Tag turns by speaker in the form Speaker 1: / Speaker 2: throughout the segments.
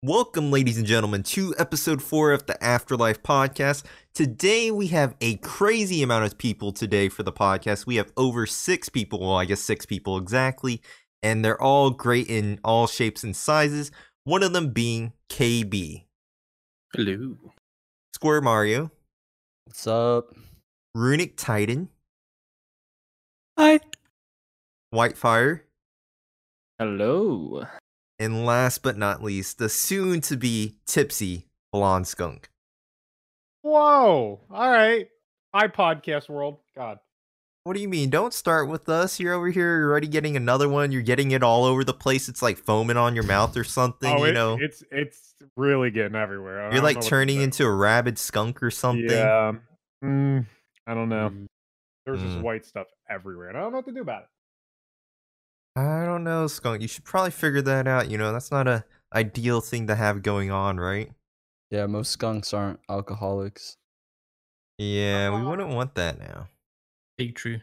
Speaker 1: Welcome, ladies and gentlemen, to episode four of the Afterlife Podcast. Today, we have a crazy amount of people today for the podcast. We have over six people, well, I guess six people exactly, and they're all great in all shapes and sizes. One of them being KB,
Speaker 2: Hello.
Speaker 1: Square Mario,
Speaker 3: What's up?
Speaker 1: Runic Titan,
Speaker 2: Hi.
Speaker 1: Whitefire,
Speaker 2: Hello.
Speaker 1: and last but not least, the soon to be tipsy blonde skunk.
Speaker 4: Whoa. All right. Hi, podcast world. God.
Speaker 1: What do you mean? Don't start with us. You're over here. You're already getting another one. You're getting it all over the place. It's like foaming on your mouth or something.
Speaker 4: oh,
Speaker 1: you
Speaker 4: it-
Speaker 1: know,
Speaker 4: it's it's really getting everywhere. I
Speaker 1: you're
Speaker 4: don't know
Speaker 1: like
Speaker 4: what to
Speaker 1: turning
Speaker 4: say.
Speaker 1: into a rabid skunk or something.
Speaker 4: Yeah. Mm, I don't know.
Speaker 2: Um,
Speaker 4: There's just
Speaker 1: Mm.
Speaker 4: white stuff everywhere, and I don't know what to do about it.
Speaker 1: I don't know, skunk. You should probably figure that out. You know, that's not a ideal thing to have going on, right?
Speaker 3: Yeah, most skunks aren't alcoholics.
Speaker 1: Yeah, we
Speaker 4: Uh-huh.
Speaker 1: wouldn't want that now.
Speaker 2: Big truth.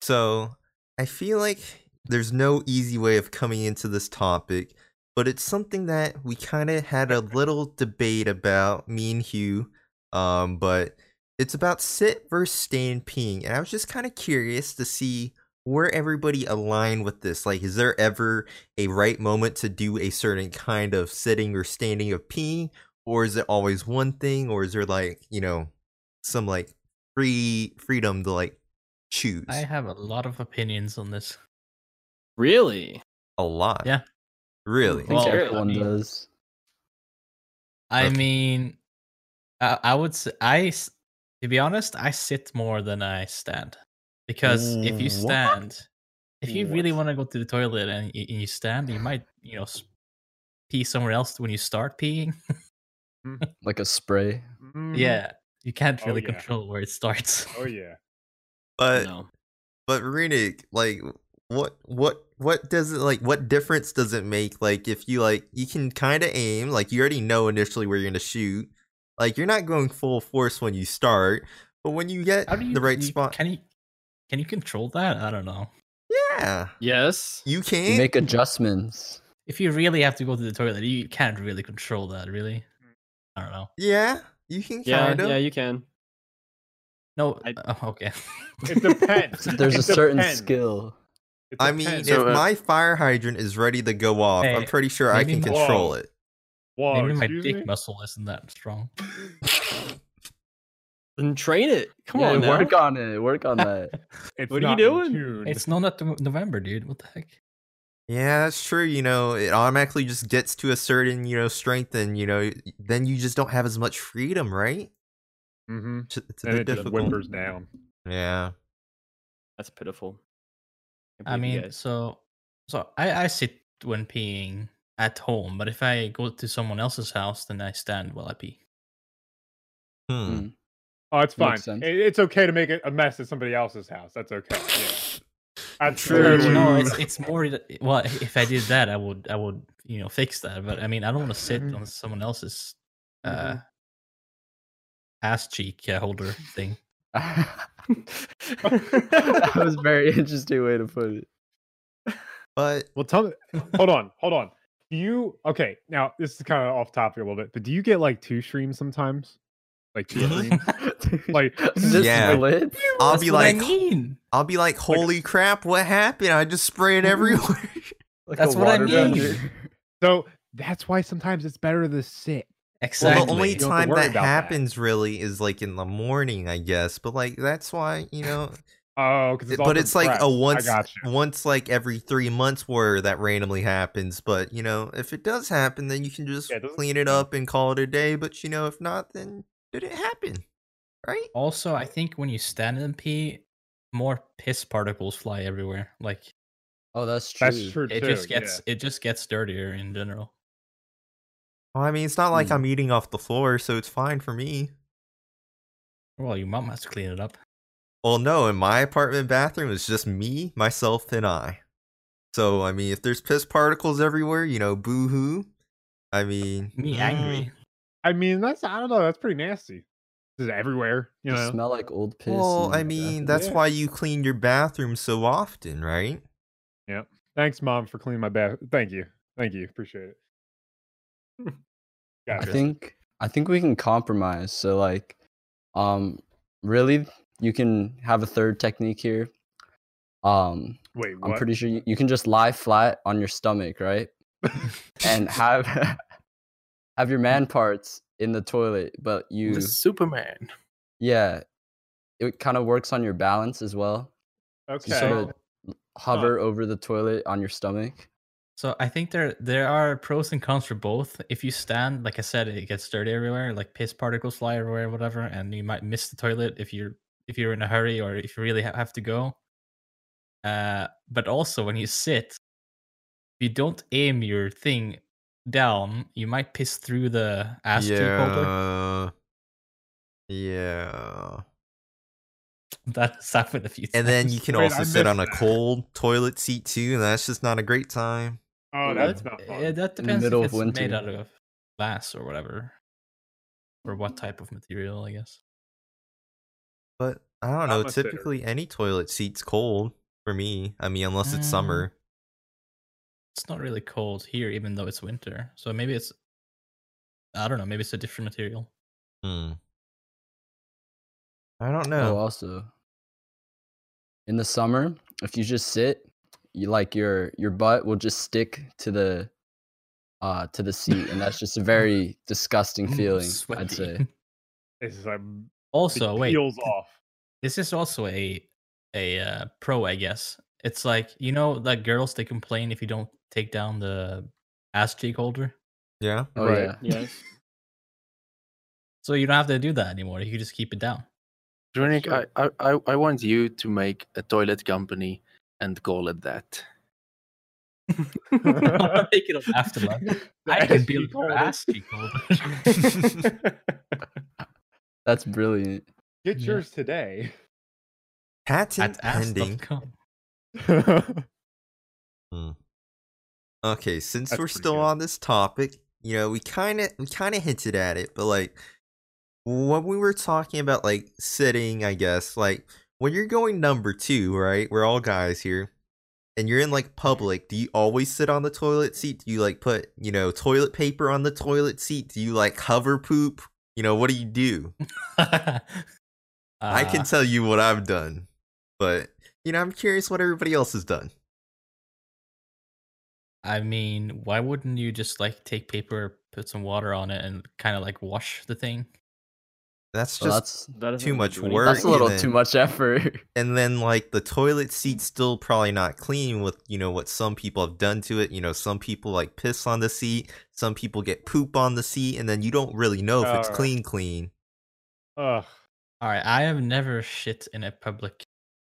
Speaker 1: So I feel like there's no easy way of coming into this topic, but it's something that we kind of had a little debate about, me and Hugh. Um, but it's about sit versus stand peeing, and I was just kind of curious to see where everybody aligned with this. Like, is there ever a right moment to do a certain kind of sitting or standing of peeing, or is it always one thing, or is there like you know some like free freedom to like choose?
Speaker 5: I have a lot of opinions on this.
Speaker 2: Really?
Speaker 1: A lot.
Speaker 5: Yeah.
Speaker 1: Really?
Speaker 3: I think
Speaker 5: Well,
Speaker 3: everyone
Speaker 2: I mean-
Speaker 3: does.
Speaker 5: I
Speaker 1: Okay.
Speaker 5: mean, I, I would say I, s- to be honest, I sit more than I stand because if you
Speaker 1: What?
Speaker 5: stand, if you really
Speaker 4: What?
Speaker 5: want to go to the toilet and you, you stand, you might you know s- pee somewhere else when you start peeing.
Speaker 3: Like a spray.
Speaker 4: Mhm.
Speaker 5: Yeah, you can't
Speaker 4: Oh,
Speaker 5: really
Speaker 4: yeah.
Speaker 5: control where it starts.
Speaker 4: Oh yeah.
Speaker 1: but
Speaker 2: no.
Speaker 1: but Runic, like what what what does it like what difference does it make like if you like you can kind of aim like you already know initially where you're going to shoot. Like you're not going full force when you start, but when you get
Speaker 5: How do you
Speaker 1: the right
Speaker 5: you-
Speaker 1: spot.
Speaker 5: Can you can you control that? I don't know.
Speaker 1: yeah.
Speaker 2: Yes.
Speaker 1: You
Speaker 3: You
Speaker 1: can.
Speaker 3: make adjustments.
Speaker 5: If you really have to go to the toilet, you can't really control that. Really, I don't know.
Speaker 1: yeah. You can
Speaker 2: Yeah.
Speaker 1: kind of.
Speaker 2: Yeah. You can.
Speaker 5: No,
Speaker 2: I-
Speaker 5: uh, okay.
Speaker 4: It depends.
Speaker 3: There's
Speaker 4: It
Speaker 3: a certain
Speaker 4: depends.
Speaker 3: skill.
Speaker 4: It
Speaker 1: I mean,
Speaker 4: depends.
Speaker 2: So,
Speaker 1: if
Speaker 2: uh,
Speaker 1: my fire hydrant is ready to go off, I'm
Speaker 5: Hey,
Speaker 1: pretty sure I
Speaker 5: maybe
Speaker 1: can
Speaker 5: my-
Speaker 1: control
Speaker 4: Whoa.
Speaker 1: it.
Speaker 4: Whoa,
Speaker 5: Maybe my
Speaker 4: Oh, excuse
Speaker 5: dick
Speaker 4: me?
Speaker 5: muscle isn't that strong.
Speaker 2: Then train it. Come
Speaker 3: Yeah,
Speaker 2: on now.
Speaker 3: work on it. Work on that.
Speaker 4: It's
Speaker 2: What are you
Speaker 4: not in
Speaker 2: doing?
Speaker 4: tune.
Speaker 5: It's not that Nov- November, dude. What the heck?
Speaker 1: Yeah, that's true. You know, it automatically just gets to a certain, you know, strength, and you know, then you just don't have as much freedom, right?
Speaker 4: Mhm.
Speaker 1: It's, it's a
Speaker 4: And
Speaker 1: bit
Speaker 4: it just
Speaker 1: difficult.
Speaker 4: whimpers down.
Speaker 1: Yeah,
Speaker 2: That's pitiful. Can't
Speaker 5: I
Speaker 2: believe you
Speaker 5: mean,
Speaker 2: guys-
Speaker 5: so so I I sit when peeing at home, but if I go to someone else's house, then I stand while I pee.
Speaker 1: Hmm.
Speaker 3: Mm.
Speaker 4: Oh, it's fine.
Speaker 3: Makes sense.
Speaker 4: It- it's okay to make it a mess at somebody else's house. That's okay. Yeah. That's
Speaker 1: True.
Speaker 4: totally-
Speaker 5: No, it's it's more that- well, if I did that, I would I would you know fix that. But I mean, I don't want to sit
Speaker 1: Mm-hmm.
Speaker 4: Mhm.
Speaker 5: on someone else's uh
Speaker 4: Mhm.
Speaker 5: ass cheek uh, holder thing.
Speaker 3: that was a very interesting way to put it.
Speaker 1: But
Speaker 4: Well, tell me. hold on, hold on. Do you okay? Now this is kind of off topic a little bit, but do you get like two streams sometimes? Like two
Speaker 5: Mm-hmm.
Speaker 1: Mhm.
Speaker 4: streams? Like,
Speaker 3: just
Speaker 1: Yeah.
Speaker 3: split.
Speaker 1: I'll
Speaker 5: That's
Speaker 1: be
Speaker 5: what I
Speaker 1: like,
Speaker 5: mean.
Speaker 1: I'll be like, holy crap, what happened? I just sprayed
Speaker 4: Mm-hmm.
Speaker 1: everywhere.
Speaker 3: Like
Speaker 5: That's what I mean.
Speaker 3: waterbender.
Speaker 4: so that's why sometimes it's better to sit.
Speaker 5: Exactly.
Speaker 1: Well, the only
Speaker 4: You don't have to
Speaker 1: time
Speaker 4: worry
Speaker 1: that
Speaker 4: about that.
Speaker 1: happens really is like in the morning, I guess. But like that's why you know.
Speaker 4: Oh, because it's all
Speaker 1: but it's like
Speaker 4: compressed.
Speaker 1: a once,
Speaker 4: I got you.
Speaker 1: once like every three months where that randomly happens. But you know, if it does happen, then you can just
Speaker 4: Yeah, it doesn't-
Speaker 1: clean it up and call it a day. But you know, if not, then did it happen? Right?
Speaker 5: Also, I think when you stand and pee, more piss particles fly everywhere. Like
Speaker 3: Oh, that's true.
Speaker 4: That's true
Speaker 5: it
Speaker 4: too.
Speaker 5: just
Speaker 4: yeah.
Speaker 5: gets it just gets dirtier in general.
Speaker 1: Well, I mean, it's not like
Speaker 3: Hmm.
Speaker 1: I'm eating off the floor, so it's fine for me.
Speaker 5: Well, your mom has to clean it up.
Speaker 1: Well, no, in my apartment bathroom, it's just me, myself, and I. So, I mean, if there's piss particles everywhere, you know, boo hoo. I mean,
Speaker 5: Me
Speaker 1: mm,
Speaker 5: angry.
Speaker 4: I mean, that's I don't know. That's pretty nasty. This is everywhere. You
Speaker 3: You
Speaker 4: know.
Speaker 3: smell like old piss.
Speaker 1: Well,
Speaker 3: in
Speaker 1: I
Speaker 3: the
Speaker 1: mean,
Speaker 3: bathroom.
Speaker 1: that's
Speaker 4: Yeah.
Speaker 1: why you clean your bathroom so often, right?
Speaker 4: Thanks, mom, for cleaning my bath. Thank you. Thank you. Appreciate it.
Speaker 3: I
Speaker 4: Gotcha.
Speaker 3: think I think we can compromise. So like, um, really, you can have a third technique here. Um,
Speaker 4: Wait,
Speaker 3: I'm
Speaker 4: what?
Speaker 3: pretty sure you, you can just lie flat on your stomach, right?
Speaker 1: Mm.
Speaker 3: and have have your man parts in the toilet, but you
Speaker 6: The Superman.
Speaker 3: yeah, it kind of works on your balance as well. So
Speaker 4: okay.
Speaker 3: You sort of hover over the toilet on your stomach.
Speaker 5: So I think there there are pros and cons for both. If you stand, like I said, it gets dirty everywhere, like piss particles fly everywhere, whatever, and you might miss the toilet if you're if you're in a hurry or if you really ha- have to go. Uh, but also when you sit, if you don't aim your thing down, you might piss through the ass tube holder.
Speaker 1: yeah. Yeah.
Speaker 5: That's happened a few times.
Speaker 1: And then you can
Speaker 4: Wait, I
Speaker 1: also sit on a
Speaker 4: missed that.
Speaker 1: cold toilet seat too, and that's just not a great time.
Speaker 4: oh, that's not fun.
Speaker 5: Yeah, that
Speaker 3: In the
Speaker 5: depends
Speaker 3: middle of
Speaker 5: if it's made
Speaker 3: winter.
Speaker 5: out of glass or whatever, or what type of material, I guess.
Speaker 1: But I don't
Speaker 4: I'm
Speaker 1: know.
Speaker 4: a sitter.
Speaker 1: Typically, any toilet seat's cold for me. I mean, unless it's
Speaker 5: Mm.
Speaker 1: summer.
Speaker 5: it's not really cold here, even though it's winter. So maybe it's, I don't know, maybe it's a different material.
Speaker 1: Hmm. I don't
Speaker 3: Oh,
Speaker 1: know.
Speaker 3: also, in the summer, if you just sit, you like your your butt will just stick to the uh to the seat, and that's just a very disgusting feeling. I'd
Speaker 5: Sweaty.
Speaker 3: say.
Speaker 4: It's just like it
Speaker 5: Also, wait,
Speaker 4: peels off.
Speaker 5: this is also a a uh, pro, I guess. It's like you know, like girls they complain if you don't take down the ass cheek holder.
Speaker 1: Yeah.
Speaker 3: Oh
Speaker 4: Right.
Speaker 3: yeah.
Speaker 2: Yes.
Speaker 5: So you don't have to do that anymore. You can just keep it down.
Speaker 6: Drink,
Speaker 4: Sure.
Speaker 6: I, I, I- I want you to make a toilet company and call it that.
Speaker 5: Take it up after lunch. I can be
Speaker 4: SG
Speaker 5: your
Speaker 4: called
Speaker 5: ass cheek holder.
Speaker 4: it.
Speaker 3: That's brilliant.
Speaker 4: Get
Speaker 5: Yeah.
Speaker 4: yours today.
Speaker 1: Patent
Speaker 5: At
Speaker 1: pending.
Speaker 5: ass.com.
Speaker 1: Okay, since
Speaker 4: That's
Speaker 1: we're
Speaker 4: pretty
Speaker 1: still
Speaker 4: good.
Speaker 1: on this topic, you know, we kind of we kind of hinted at it, but like when we were talking about like sitting, I guess, like when you're going number 2, right? We're all guys here. And you're in like public, do you always sit on the toilet seat? Do you like put, you know, toilet paper on the toilet seat? Do you like hover poop? You know, what do you do? I
Speaker 5: Uh,
Speaker 1: can tell you what I've done, but you know, I'm curious what everybody else has done.
Speaker 5: I mean, why wouldn't you just like take paper, put some water on it, and kind of like wash the thing?
Speaker 1: That's
Speaker 3: Well,
Speaker 1: just
Speaker 3: that's
Speaker 2: That doesn't
Speaker 1: Too
Speaker 2: really
Speaker 1: much
Speaker 2: do anything.
Speaker 1: work
Speaker 3: that's a little
Speaker 1: and
Speaker 3: too
Speaker 1: then-
Speaker 3: much effort.
Speaker 1: and then like the toilet seat's still probably not clean with you know what some people have done to it you know some people like piss on the seat some people get poop on the seat and then you don't really know if it's
Speaker 4: Alright.
Speaker 1: clean clean
Speaker 4: Ugh.
Speaker 5: All right, I have never shit in a public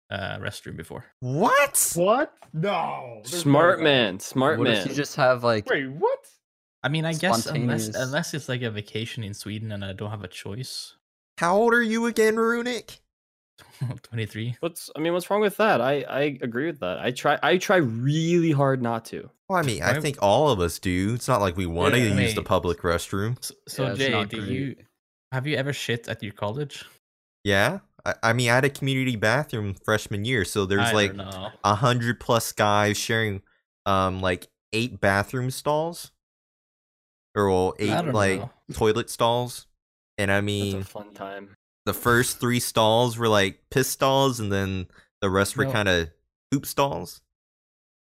Speaker 5: uh, restroom before.
Speaker 1: what
Speaker 4: What? No. there's no
Speaker 2: Smart
Speaker 4: way.
Speaker 2: man. Smart
Speaker 3: What
Speaker 2: man.
Speaker 3: if you just have like
Speaker 4: Wait, what?
Speaker 5: I mean, I guess unless
Speaker 3: Spontaneous.
Speaker 5: unless it's like a vacation in Sweden and I don't have a choice.
Speaker 1: how old are you again runic
Speaker 5: Twenty three.
Speaker 2: What's I mean, what's wrong with that? I I agree with that. I try I try really hard not to.
Speaker 1: well, i mean i
Speaker 5: Why-
Speaker 1: think all of us do it's not like we want to
Speaker 4: Yeah.
Speaker 1: use the
Speaker 5: Wait.
Speaker 1: public restroom
Speaker 5: So, so
Speaker 3: Yeah, it's
Speaker 5: Jay,
Speaker 3: not
Speaker 5: do
Speaker 3: great.
Speaker 5: you have you ever shit at your college?
Speaker 1: yeah I, I mean i had a community bathroom freshman year so there's
Speaker 5: I don't
Speaker 1: like
Speaker 5: know.
Speaker 1: a hundred plus guys sharing um like eight bathroom stalls or well,
Speaker 5: I
Speaker 1: eight
Speaker 5: don't
Speaker 1: like
Speaker 5: know.
Speaker 1: toilet stalls. And I
Speaker 2: It's
Speaker 1: mean,
Speaker 2: a fun time.
Speaker 1: the first three stalls were like piss stalls, and then the rest were
Speaker 5: No.
Speaker 1: kind of poop stalls.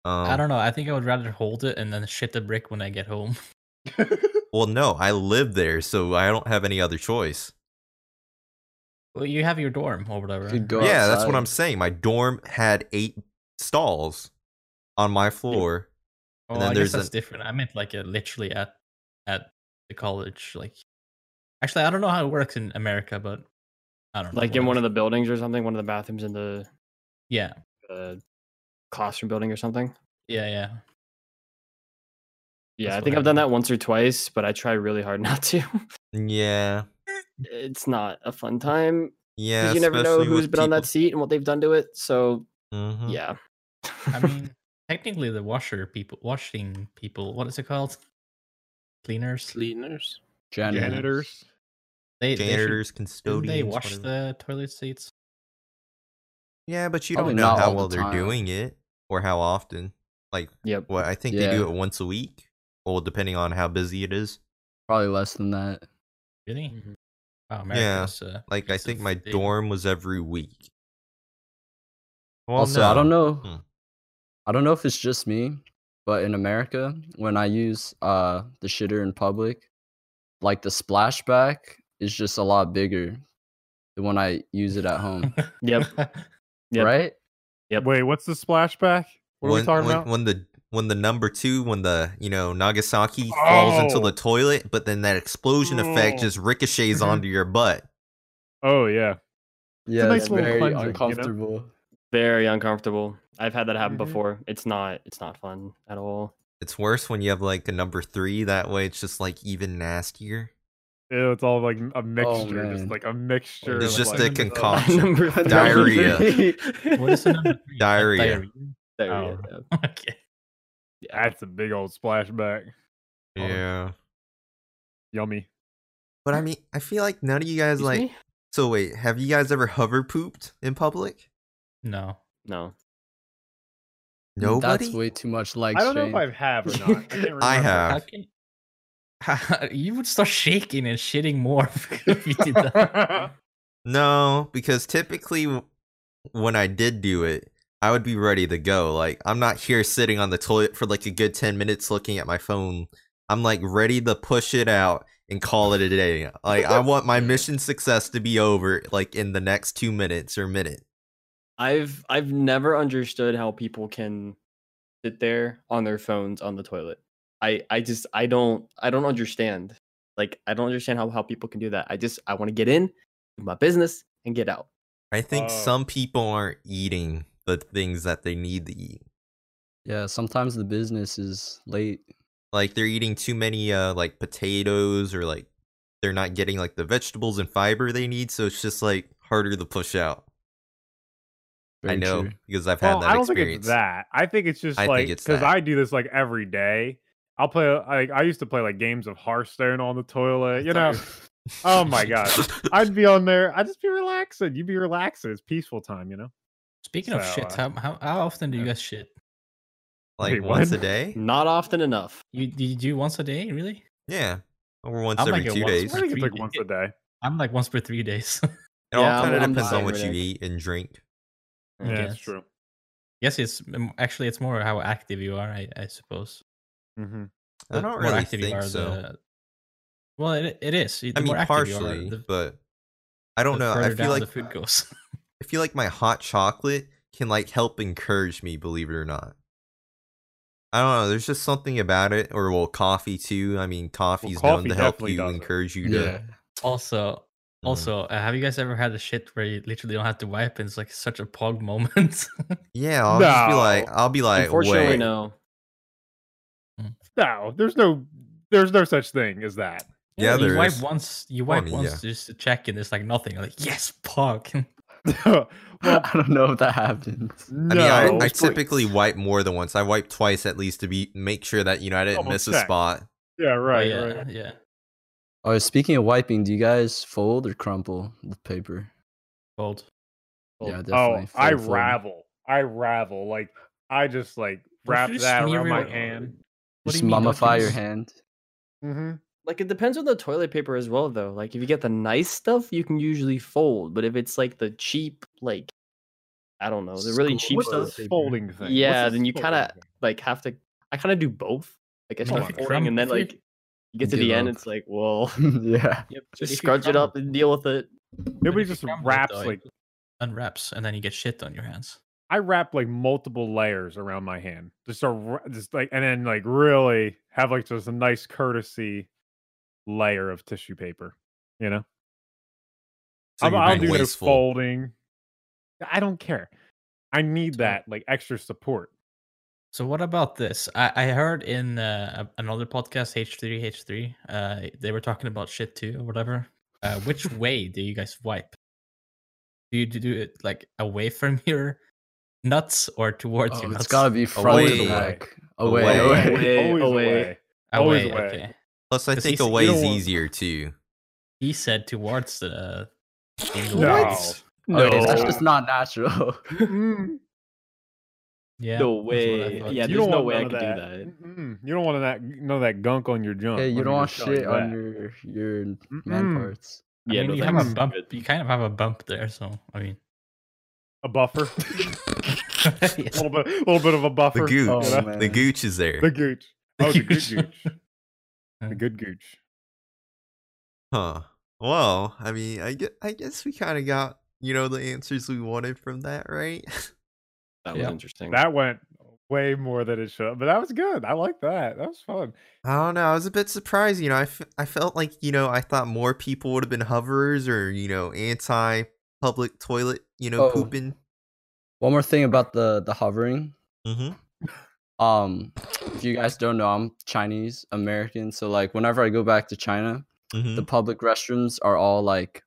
Speaker 1: Um,
Speaker 5: I don't know. I think I would rather hold it and then shit the brick when I get home.
Speaker 1: Well, no, I live there, so I don't have any other choice.
Speaker 5: Well, you have your dorm or whatever.
Speaker 3: could go
Speaker 1: yeah, that's what
Speaker 3: outside.
Speaker 1: I'm saying. My dorm had eight stalls on my floor.
Speaker 5: Oh,
Speaker 1: And then
Speaker 5: I
Speaker 1: there's
Speaker 5: guess that's
Speaker 1: an-
Speaker 5: different. I meant like uh literally at at the college. Like, actually, I don't know how it works in America, but I don't know.
Speaker 2: Like in one of the buildings or something, one of the bathrooms in the
Speaker 5: yeah,
Speaker 2: uh, classroom building or something.
Speaker 5: yeah, yeah.
Speaker 2: Yeah,
Speaker 5: That's
Speaker 2: I
Speaker 5: what
Speaker 2: think I've done
Speaker 5: happened.
Speaker 2: that once or twice, but I try really hard not to.
Speaker 1: Yeah,
Speaker 2: it's not a fun time
Speaker 1: yeah.
Speaker 2: because you never know
Speaker 1: especially
Speaker 2: who's
Speaker 1: with
Speaker 2: been on that
Speaker 1: people-
Speaker 2: seat and what they've done to it. So
Speaker 1: Mhm.
Speaker 2: yeah,
Speaker 5: I mean, technically, the washer people, washing people, what is it called? Cleaners.
Speaker 6: Cleaners.
Speaker 3: janitor.
Speaker 4: Janitors.
Speaker 5: They they should-
Speaker 1: janitors,
Speaker 5: Didn't
Speaker 1: custodians.
Speaker 5: they wash
Speaker 1: whatever.
Speaker 5: the toilet seats?
Speaker 1: Yeah, but you
Speaker 3: Probably
Speaker 1: don't know
Speaker 3: not
Speaker 1: how
Speaker 3: all the
Speaker 1: well they're
Speaker 3: time.
Speaker 1: doing it or how often. Like,
Speaker 2: yep.
Speaker 1: well, I think they
Speaker 3: Yeah.
Speaker 1: do it once a week, well, depending on how busy it is.
Speaker 3: Probably less than that.
Speaker 5: Really?
Speaker 2: Mhm.
Speaker 5: Wow, America
Speaker 1: Yeah,
Speaker 5: is, uh,
Speaker 1: Like I
Speaker 5: It's a
Speaker 1: think my
Speaker 5: thing.
Speaker 1: dorm was every week. Well,
Speaker 3: also, I don't
Speaker 1: no.
Speaker 3: know.
Speaker 1: Hmm.
Speaker 3: I don't know if it's just me, but in America, when I use uh the shitter in public, like the splashback is just a lot bigger than when I use it at home,
Speaker 2: Yep. Yep.
Speaker 3: right?
Speaker 2: Yep.
Speaker 4: Wait, what's the splashback? What are
Speaker 1: when,
Speaker 4: we talking
Speaker 1: when,
Speaker 4: about?
Speaker 1: When the when the number two, when the you know Nagasaki falls into
Speaker 4: Oh.
Speaker 1: the toilet, but then that explosion effect
Speaker 4: Oh.
Speaker 1: just ricochets onto your butt.
Speaker 4: Oh yeah.
Speaker 3: Yeah,
Speaker 4: nice
Speaker 3: it's
Speaker 4: little
Speaker 3: very
Speaker 4: cleansing, you know?
Speaker 3: uncomfortable.
Speaker 2: Very uncomfortable. I've had that happen
Speaker 4: Mhm.
Speaker 2: before. It's not. It's not fun at all.
Speaker 1: It's worse when you have like a number three. That way, it's just like even nastier.
Speaker 4: Ew, it's all like
Speaker 2: Oh,
Speaker 4: a mixture,
Speaker 3: man.
Speaker 4: just like a mixture.
Speaker 1: It's
Speaker 4: of,
Speaker 1: just
Speaker 4: like,
Speaker 1: a concoction.
Speaker 2: Number three.
Speaker 1: Diarrhea.
Speaker 5: what is the number? three?
Speaker 1: Diarrhea.
Speaker 2: Diarrhea,
Speaker 5: Oh.
Speaker 2: yeah.
Speaker 5: okay.
Speaker 4: That's a big old splashback.
Speaker 5: Oh.
Speaker 1: Yeah,
Speaker 4: Yummy.
Speaker 1: but I mean, I feel like none of you guys
Speaker 2: Excuse
Speaker 1: like.
Speaker 2: me?
Speaker 1: So wait, have you guys ever hover pooped in public?
Speaker 5: No.
Speaker 2: No.
Speaker 1: Nobody.
Speaker 3: That's way too much leg
Speaker 4: I don't know
Speaker 3: strain.
Speaker 4: if I have or not. I, can't remember.
Speaker 1: I have.
Speaker 5: How can- you would start shaking and shitting more if you did that.
Speaker 1: No, because typically w- when I did do it, I would be ready to go. Like I'm not here sitting on the toilet for like a good 10 minutes looking at my phone. I'm like ready to push it out and call it a day. Like I want my mission success to be over like in the next 2 minutes or minute.
Speaker 2: I've I've never understood how people can sit there on their phones on the toilet. I I just I don't I don't understand. Like I don't understand how how people can do that. I just I want to get in, do my business, and get out.
Speaker 1: I think
Speaker 4: Oh.
Speaker 1: some people aren't eating the things that they need to eat.
Speaker 3: Yeah, sometimes the business is late.
Speaker 1: Like they're eating too many uh like potatoes or like they're not getting like the vegetables and fiber they need, so it's just like harder to push out. I
Speaker 3: Very
Speaker 1: know
Speaker 3: true.
Speaker 1: because I've had
Speaker 4: Well,
Speaker 1: that
Speaker 4: Oh, I don't think
Speaker 1: experience.
Speaker 4: it's that. I think it's just
Speaker 1: I think
Speaker 4: like
Speaker 1: it's
Speaker 4: because
Speaker 1: that.
Speaker 4: I do this like every day. I'll play like I used to play like games of Hearthstone on the toilet. You know, Oh my gosh. I'd be on there. I'd just be relaxing. You'd be relaxing. It's peaceful time. You know.
Speaker 5: Speaking of
Speaker 4: So,
Speaker 5: shit,
Speaker 4: uh,
Speaker 5: how, how how often do you guys shit?
Speaker 1: like
Speaker 4: Wait,
Speaker 1: once a
Speaker 4: what? Hmm.
Speaker 1: day?
Speaker 2: Not often enough.
Speaker 5: You you do once a day, really?
Speaker 1: Yeah, or once
Speaker 5: I'm
Speaker 1: every
Speaker 5: like a
Speaker 1: two
Speaker 5: once-
Speaker 1: days.
Speaker 4: I
Speaker 1: It
Speaker 4: think it's
Speaker 5: Three
Speaker 4: like once a
Speaker 5: days.
Speaker 4: day.
Speaker 5: I'm like once per three days.
Speaker 2: Yeah,
Speaker 1: all kind
Speaker 2: I'm-
Speaker 1: of
Speaker 2: I'm
Speaker 1: depends on
Speaker 2: fine
Speaker 1: what
Speaker 2: with
Speaker 1: you
Speaker 2: it.
Speaker 1: eat and drink.
Speaker 5: I
Speaker 4: Yeah, that's
Speaker 5: guess.
Speaker 4: true.
Speaker 5: Yes, it's um, actually it's more how active you are, I, I suppose.
Speaker 4: Mm-hmm.
Speaker 1: I
Speaker 5: The
Speaker 1: don't
Speaker 5: more
Speaker 1: really
Speaker 5: active you
Speaker 1: think
Speaker 5: are,
Speaker 1: so.
Speaker 5: the- well, it, it is. The
Speaker 1: I mean,
Speaker 5: more active you are,
Speaker 1: partially,
Speaker 5: the-
Speaker 1: but I don't
Speaker 5: the
Speaker 1: know. I feel
Speaker 5: further down the
Speaker 1: like
Speaker 5: food goes.
Speaker 1: I feel like my hot chocolate can like help encourage me, believe it or not. I don't know. There's just something about it, or well, coffee too. I mean, coffee's
Speaker 4: coffee
Speaker 1: known to help
Speaker 4: definitely
Speaker 1: you
Speaker 4: does it.
Speaker 1: encourage you to.
Speaker 3: Yeah.
Speaker 5: also,
Speaker 1: Mhm.
Speaker 5: also, uh, have you guys ever had a shit where you literally don't have to wipe and it's like such a pog moment?
Speaker 1: Yeah, I'll just be like,
Speaker 4: No.
Speaker 1: I'll be like,
Speaker 2: Unfortunately,
Speaker 1: wait,
Speaker 2: no.
Speaker 4: No, there's no, there's no such thing as that.
Speaker 1: Yeah,
Speaker 5: you
Speaker 1: there
Speaker 5: wipe
Speaker 1: is.
Speaker 5: once, you
Speaker 1: Well, I
Speaker 5: wipe
Speaker 1: mean,
Speaker 5: once just to check, and it's like nothing. You're like yes, pog.
Speaker 4: well,
Speaker 3: I don't know if that happens.
Speaker 1: I mean,
Speaker 4: no,
Speaker 1: I, I
Speaker 4: it's like-
Speaker 1: typically wipe more than once. I wipe twice at least to be make sure that you know I didn't
Speaker 4: Double
Speaker 1: miss a
Speaker 4: check.
Speaker 1: spot.
Speaker 4: yeah, right,
Speaker 5: yeah,
Speaker 4: right.
Speaker 5: yeah.
Speaker 3: Oh, speaking of wiping, do you guys fold or crumple the paper?
Speaker 5: Bold.
Speaker 3: Yeah,
Speaker 4: Oh,
Speaker 3: definitely.
Speaker 4: I
Speaker 3: fold, fold.
Speaker 4: ravel, I ravel. Like I just like
Speaker 5: Don't you
Speaker 4: wrap
Speaker 5: just
Speaker 4: that
Speaker 5: smear
Speaker 4: around my
Speaker 5: your-
Speaker 4: hand.
Speaker 5: What do
Speaker 3: Just
Speaker 5: you mean, don't you
Speaker 3: mummify your
Speaker 5: just-
Speaker 3: hand.
Speaker 4: Mm-hmm.
Speaker 2: Like it depends on the toilet paper as well, though. Like if you get the nice stuff, you can usually fold. But if it's like the cheap, like I don't know, the really
Speaker 3: School
Speaker 2: cheap
Speaker 4: What's
Speaker 3: toilet
Speaker 2: stuff,
Speaker 4: this
Speaker 3: paper.
Speaker 4: folding thing? What's
Speaker 2: Yeah,
Speaker 4: this
Speaker 2: then you
Speaker 4: folding
Speaker 2: kinda-
Speaker 4: thing?
Speaker 2: like have to I kind of do both. Like I
Speaker 5: If
Speaker 2: start
Speaker 5: you
Speaker 2: folding
Speaker 5: crumb-
Speaker 2: and then
Speaker 5: if you-
Speaker 2: like you get to
Speaker 3: Give
Speaker 2: the end,
Speaker 3: up.
Speaker 2: it's like, well,
Speaker 3: yeah.
Speaker 5: Yep, but
Speaker 2: just
Speaker 5: if you
Speaker 2: scrunch it
Speaker 5: crumble-
Speaker 2: up and deal with it.
Speaker 5: but
Speaker 4: Nobody
Speaker 5: if you
Speaker 4: just
Speaker 5: crumble it,
Speaker 4: wraps
Speaker 5: though, it
Speaker 4: like
Speaker 5: unwraps, and then you get shit on your hands.
Speaker 4: I wrap like multiple layers around my hand, just a r- just like, and then like really have like just a nice courtesy layer of tissue paper. You know,
Speaker 1: So
Speaker 4: I'll,
Speaker 1: you're
Speaker 4: I'll
Speaker 1: being
Speaker 4: do no
Speaker 1: wasteful.
Speaker 4: folding. I don't care. I need
Speaker 5: So-
Speaker 4: that like extra support.
Speaker 5: So what about this? I, I heard in uh, a- another podcast, H3, H3, uh, they were talking about shit too or whatever. Uh, which way do you guys wipe? Do you do it like away from your nuts or towards your
Speaker 3: Oh,
Speaker 5: nuts?
Speaker 3: it's gotta be front
Speaker 1: Away.
Speaker 3: to back.
Speaker 1: Away.
Speaker 3: Away. away.
Speaker 2: Away.
Speaker 4: Always
Speaker 2: away.
Speaker 4: away. always
Speaker 1: Oh,
Speaker 5: away.
Speaker 4: away.
Speaker 5: Okay.
Speaker 1: Plus, I
Speaker 5: Does
Speaker 1: think
Speaker 5: he s- you
Speaker 1: away
Speaker 4: don't
Speaker 1: is
Speaker 4: want-
Speaker 1: easier too.
Speaker 5: He said towards the.
Speaker 4: No.
Speaker 5: What?
Speaker 3: No,
Speaker 4: No.
Speaker 2: Mm.
Speaker 3: that's just not natural.
Speaker 4: Mm.
Speaker 5: Yeah.
Speaker 2: no
Speaker 5: that's what I
Speaker 2: way.
Speaker 5: thought.
Speaker 2: Yeah,
Speaker 4: You
Speaker 2: there's
Speaker 4: don't
Speaker 2: no
Speaker 4: want
Speaker 2: way I
Speaker 4: none
Speaker 2: could
Speaker 4: of
Speaker 2: do
Speaker 4: that.
Speaker 2: that.
Speaker 4: Mm-mm. You don't want that none of that gunk on your junk.
Speaker 3: Hey,
Speaker 4: let
Speaker 3: you
Speaker 4: me
Speaker 3: don't want
Speaker 4: just tell you
Speaker 3: shit on
Speaker 4: that.
Speaker 3: your your man
Speaker 4: Mm-mm.
Speaker 3: parts.
Speaker 5: I
Speaker 2: Yeah,
Speaker 5: mean,
Speaker 2: no,
Speaker 5: you have a
Speaker 2: thanks.
Speaker 5: bump.
Speaker 2: Good.
Speaker 5: You kind of have a bump there, so I mean,
Speaker 4: a buffer. a
Speaker 5: yes.
Speaker 4: little bit, a little bit of
Speaker 1: The
Speaker 4: a buffer.
Speaker 1: gooch.
Speaker 4: you know?
Speaker 3: Oh, man.
Speaker 1: the gooch is there.
Speaker 4: The gooch.
Speaker 5: The
Speaker 4: oh, the good
Speaker 5: gooch.
Speaker 4: gooch. The good gooch.
Speaker 1: Huh. Well, I mean, I guess, I guess we kind of got, you know, the answers we wanted from that, right?
Speaker 2: That was
Speaker 3: Yeah.
Speaker 2: interesting.
Speaker 4: That went way more than it should, have, but that was good. I like that. That was fun.
Speaker 1: I don't know. I was a bit surprised. You know, I, f- I felt like, you know, I thought more people would have been hoverers or, you know, anti public toilet, you know,
Speaker 3: Oh.
Speaker 1: pooping.
Speaker 3: One more thing about the the hovering.
Speaker 1: Mm-hmm.
Speaker 3: Um, if you guys don't know, I'm Chinese American, so like whenever I go back to China,
Speaker 1: Mm-hmm.
Speaker 3: the public restrooms are all like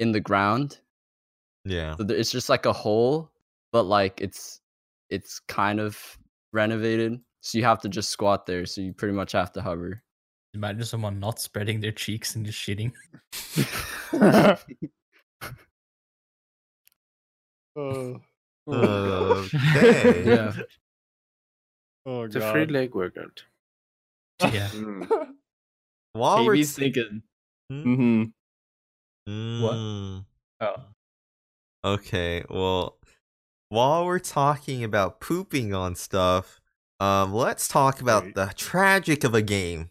Speaker 3: in the ground.
Speaker 1: yeah.
Speaker 3: So there- it's just like a hole, but like it's it's kind of renovated, so you have to just squat there. So you pretty much have to hover.
Speaker 5: Imagine someone not spreading their cheeks and just shitting.
Speaker 4: Oh,
Speaker 1: Uh,
Speaker 4: Okay.
Speaker 1: dang.
Speaker 3: yeah,
Speaker 4: oh
Speaker 6: It's a free
Speaker 4: god.
Speaker 6: leg workout.
Speaker 5: Yeah.
Speaker 6: Mm.
Speaker 1: While we're
Speaker 2: Baby's
Speaker 1: s-
Speaker 2: thinking.
Speaker 1: Hmm?
Speaker 2: hmm
Speaker 5: What?
Speaker 1: Mm.
Speaker 5: Oh,
Speaker 1: Okay, well, while we're talking about pooping on stuff, um, let's talk about
Speaker 4: Right.
Speaker 1: the tragic of a game,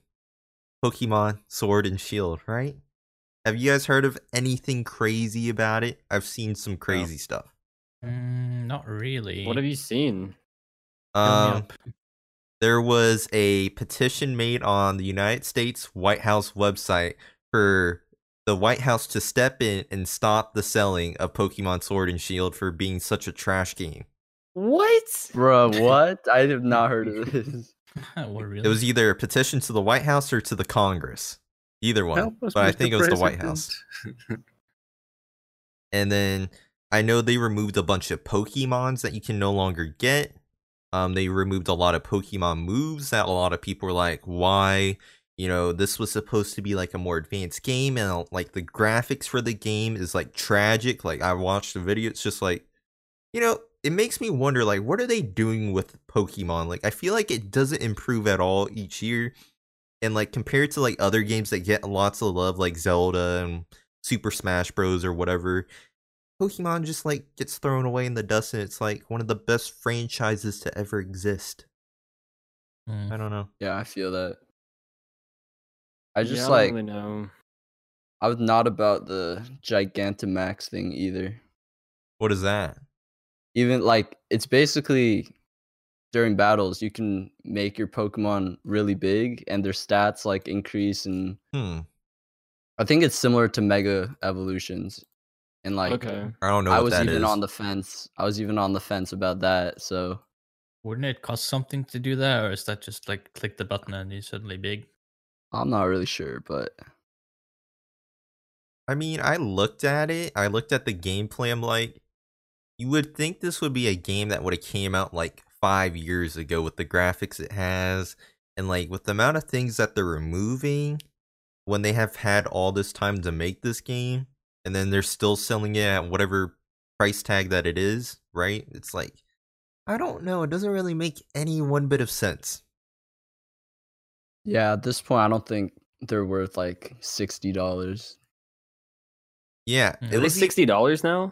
Speaker 1: Pokemon Sword and Shield. Right? Have you guys heard of anything crazy about it? I've seen some crazy stuff.
Speaker 5: mm, not really.
Speaker 2: What have you seen?
Speaker 5: Fill me
Speaker 1: Um,
Speaker 5: up.
Speaker 1: there was a petition made on the United States White House website for the White House to step in and stop the selling of Pokemon Sword and Shield for being such a trash game.
Speaker 2: What?
Speaker 3: bro, what? I have not heard of this.
Speaker 5: what really?
Speaker 1: It was either a petition to the White House or to the Congress. Either one.
Speaker 6: Help us,
Speaker 1: But I
Speaker 6: Mr.
Speaker 1: think it was the White House.
Speaker 6: President.
Speaker 1: And then I know they removed a bunch of Pokemons that you can no longer get. Um, they removed a lot of Pokemon moves that a lot of people were like, why? You know, this was supposed to be like a more advanced game, and uh, like the graphics for the game is like tragic. Like, I watched the video, it's just like, you know, it makes me wonder, like, what are they doing with Pokemon? Like, I feel like it doesn't improve at all each year. And like, compared to like other games that get lots of love, like Zelda and Super Smash Bros. or whatever, Pokemon just like gets thrown away in the dust and it's like one of the best franchises to ever exist.
Speaker 5: Mm.
Speaker 1: I don't know.
Speaker 3: Yeah, I feel that. I just
Speaker 2: yeah, I
Speaker 3: like
Speaker 2: don't really know.
Speaker 3: I was not about the Gigantamax thing either.
Speaker 1: What is that?
Speaker 3: Even like it's basically during battles you can make your Pokemon really big and their stats like increase and
Speaker 1: Hmm.
Speaker 3: I think it's similar to Mega Evolutions. And like
Speaker 2: okay.
Speaker 1: I don't know
Speaker 3: I
Speaker 1: what
Speaker 3: was
Speaker 1: that
Speaker 3: even
Speaker 1: is.
Speaker 3: on the fence. I was even on the fence about that. So
Speaker 5: Wouldn't it cost something to do that, or is that just like click the button and you're suddenly big?
Speaker 3: I'm not really sure, but
Speaker 1: I mean, I looked at it. I looked at the gameplay. I'm like, you would think this would be a game that would have came out like five years ago with the graphics it has, and like with the amount of things that they're removing. When they have had all this time to make this game, and then they're still selling it at whatever price tag that it is, right? It's like, I don't know. It doesn't really make any one bit of sense.
Speaker 3: yeah, at this point I don't think they're worth like sixty dollars.
Speaker 1: Yeah,
Speaker 3: Mm-hmm.
Speaker 5: Yeah.
Speaker 1: it
Speaker 2: Are they
Speaker 1: was
Speaker 2: sixty dollars now?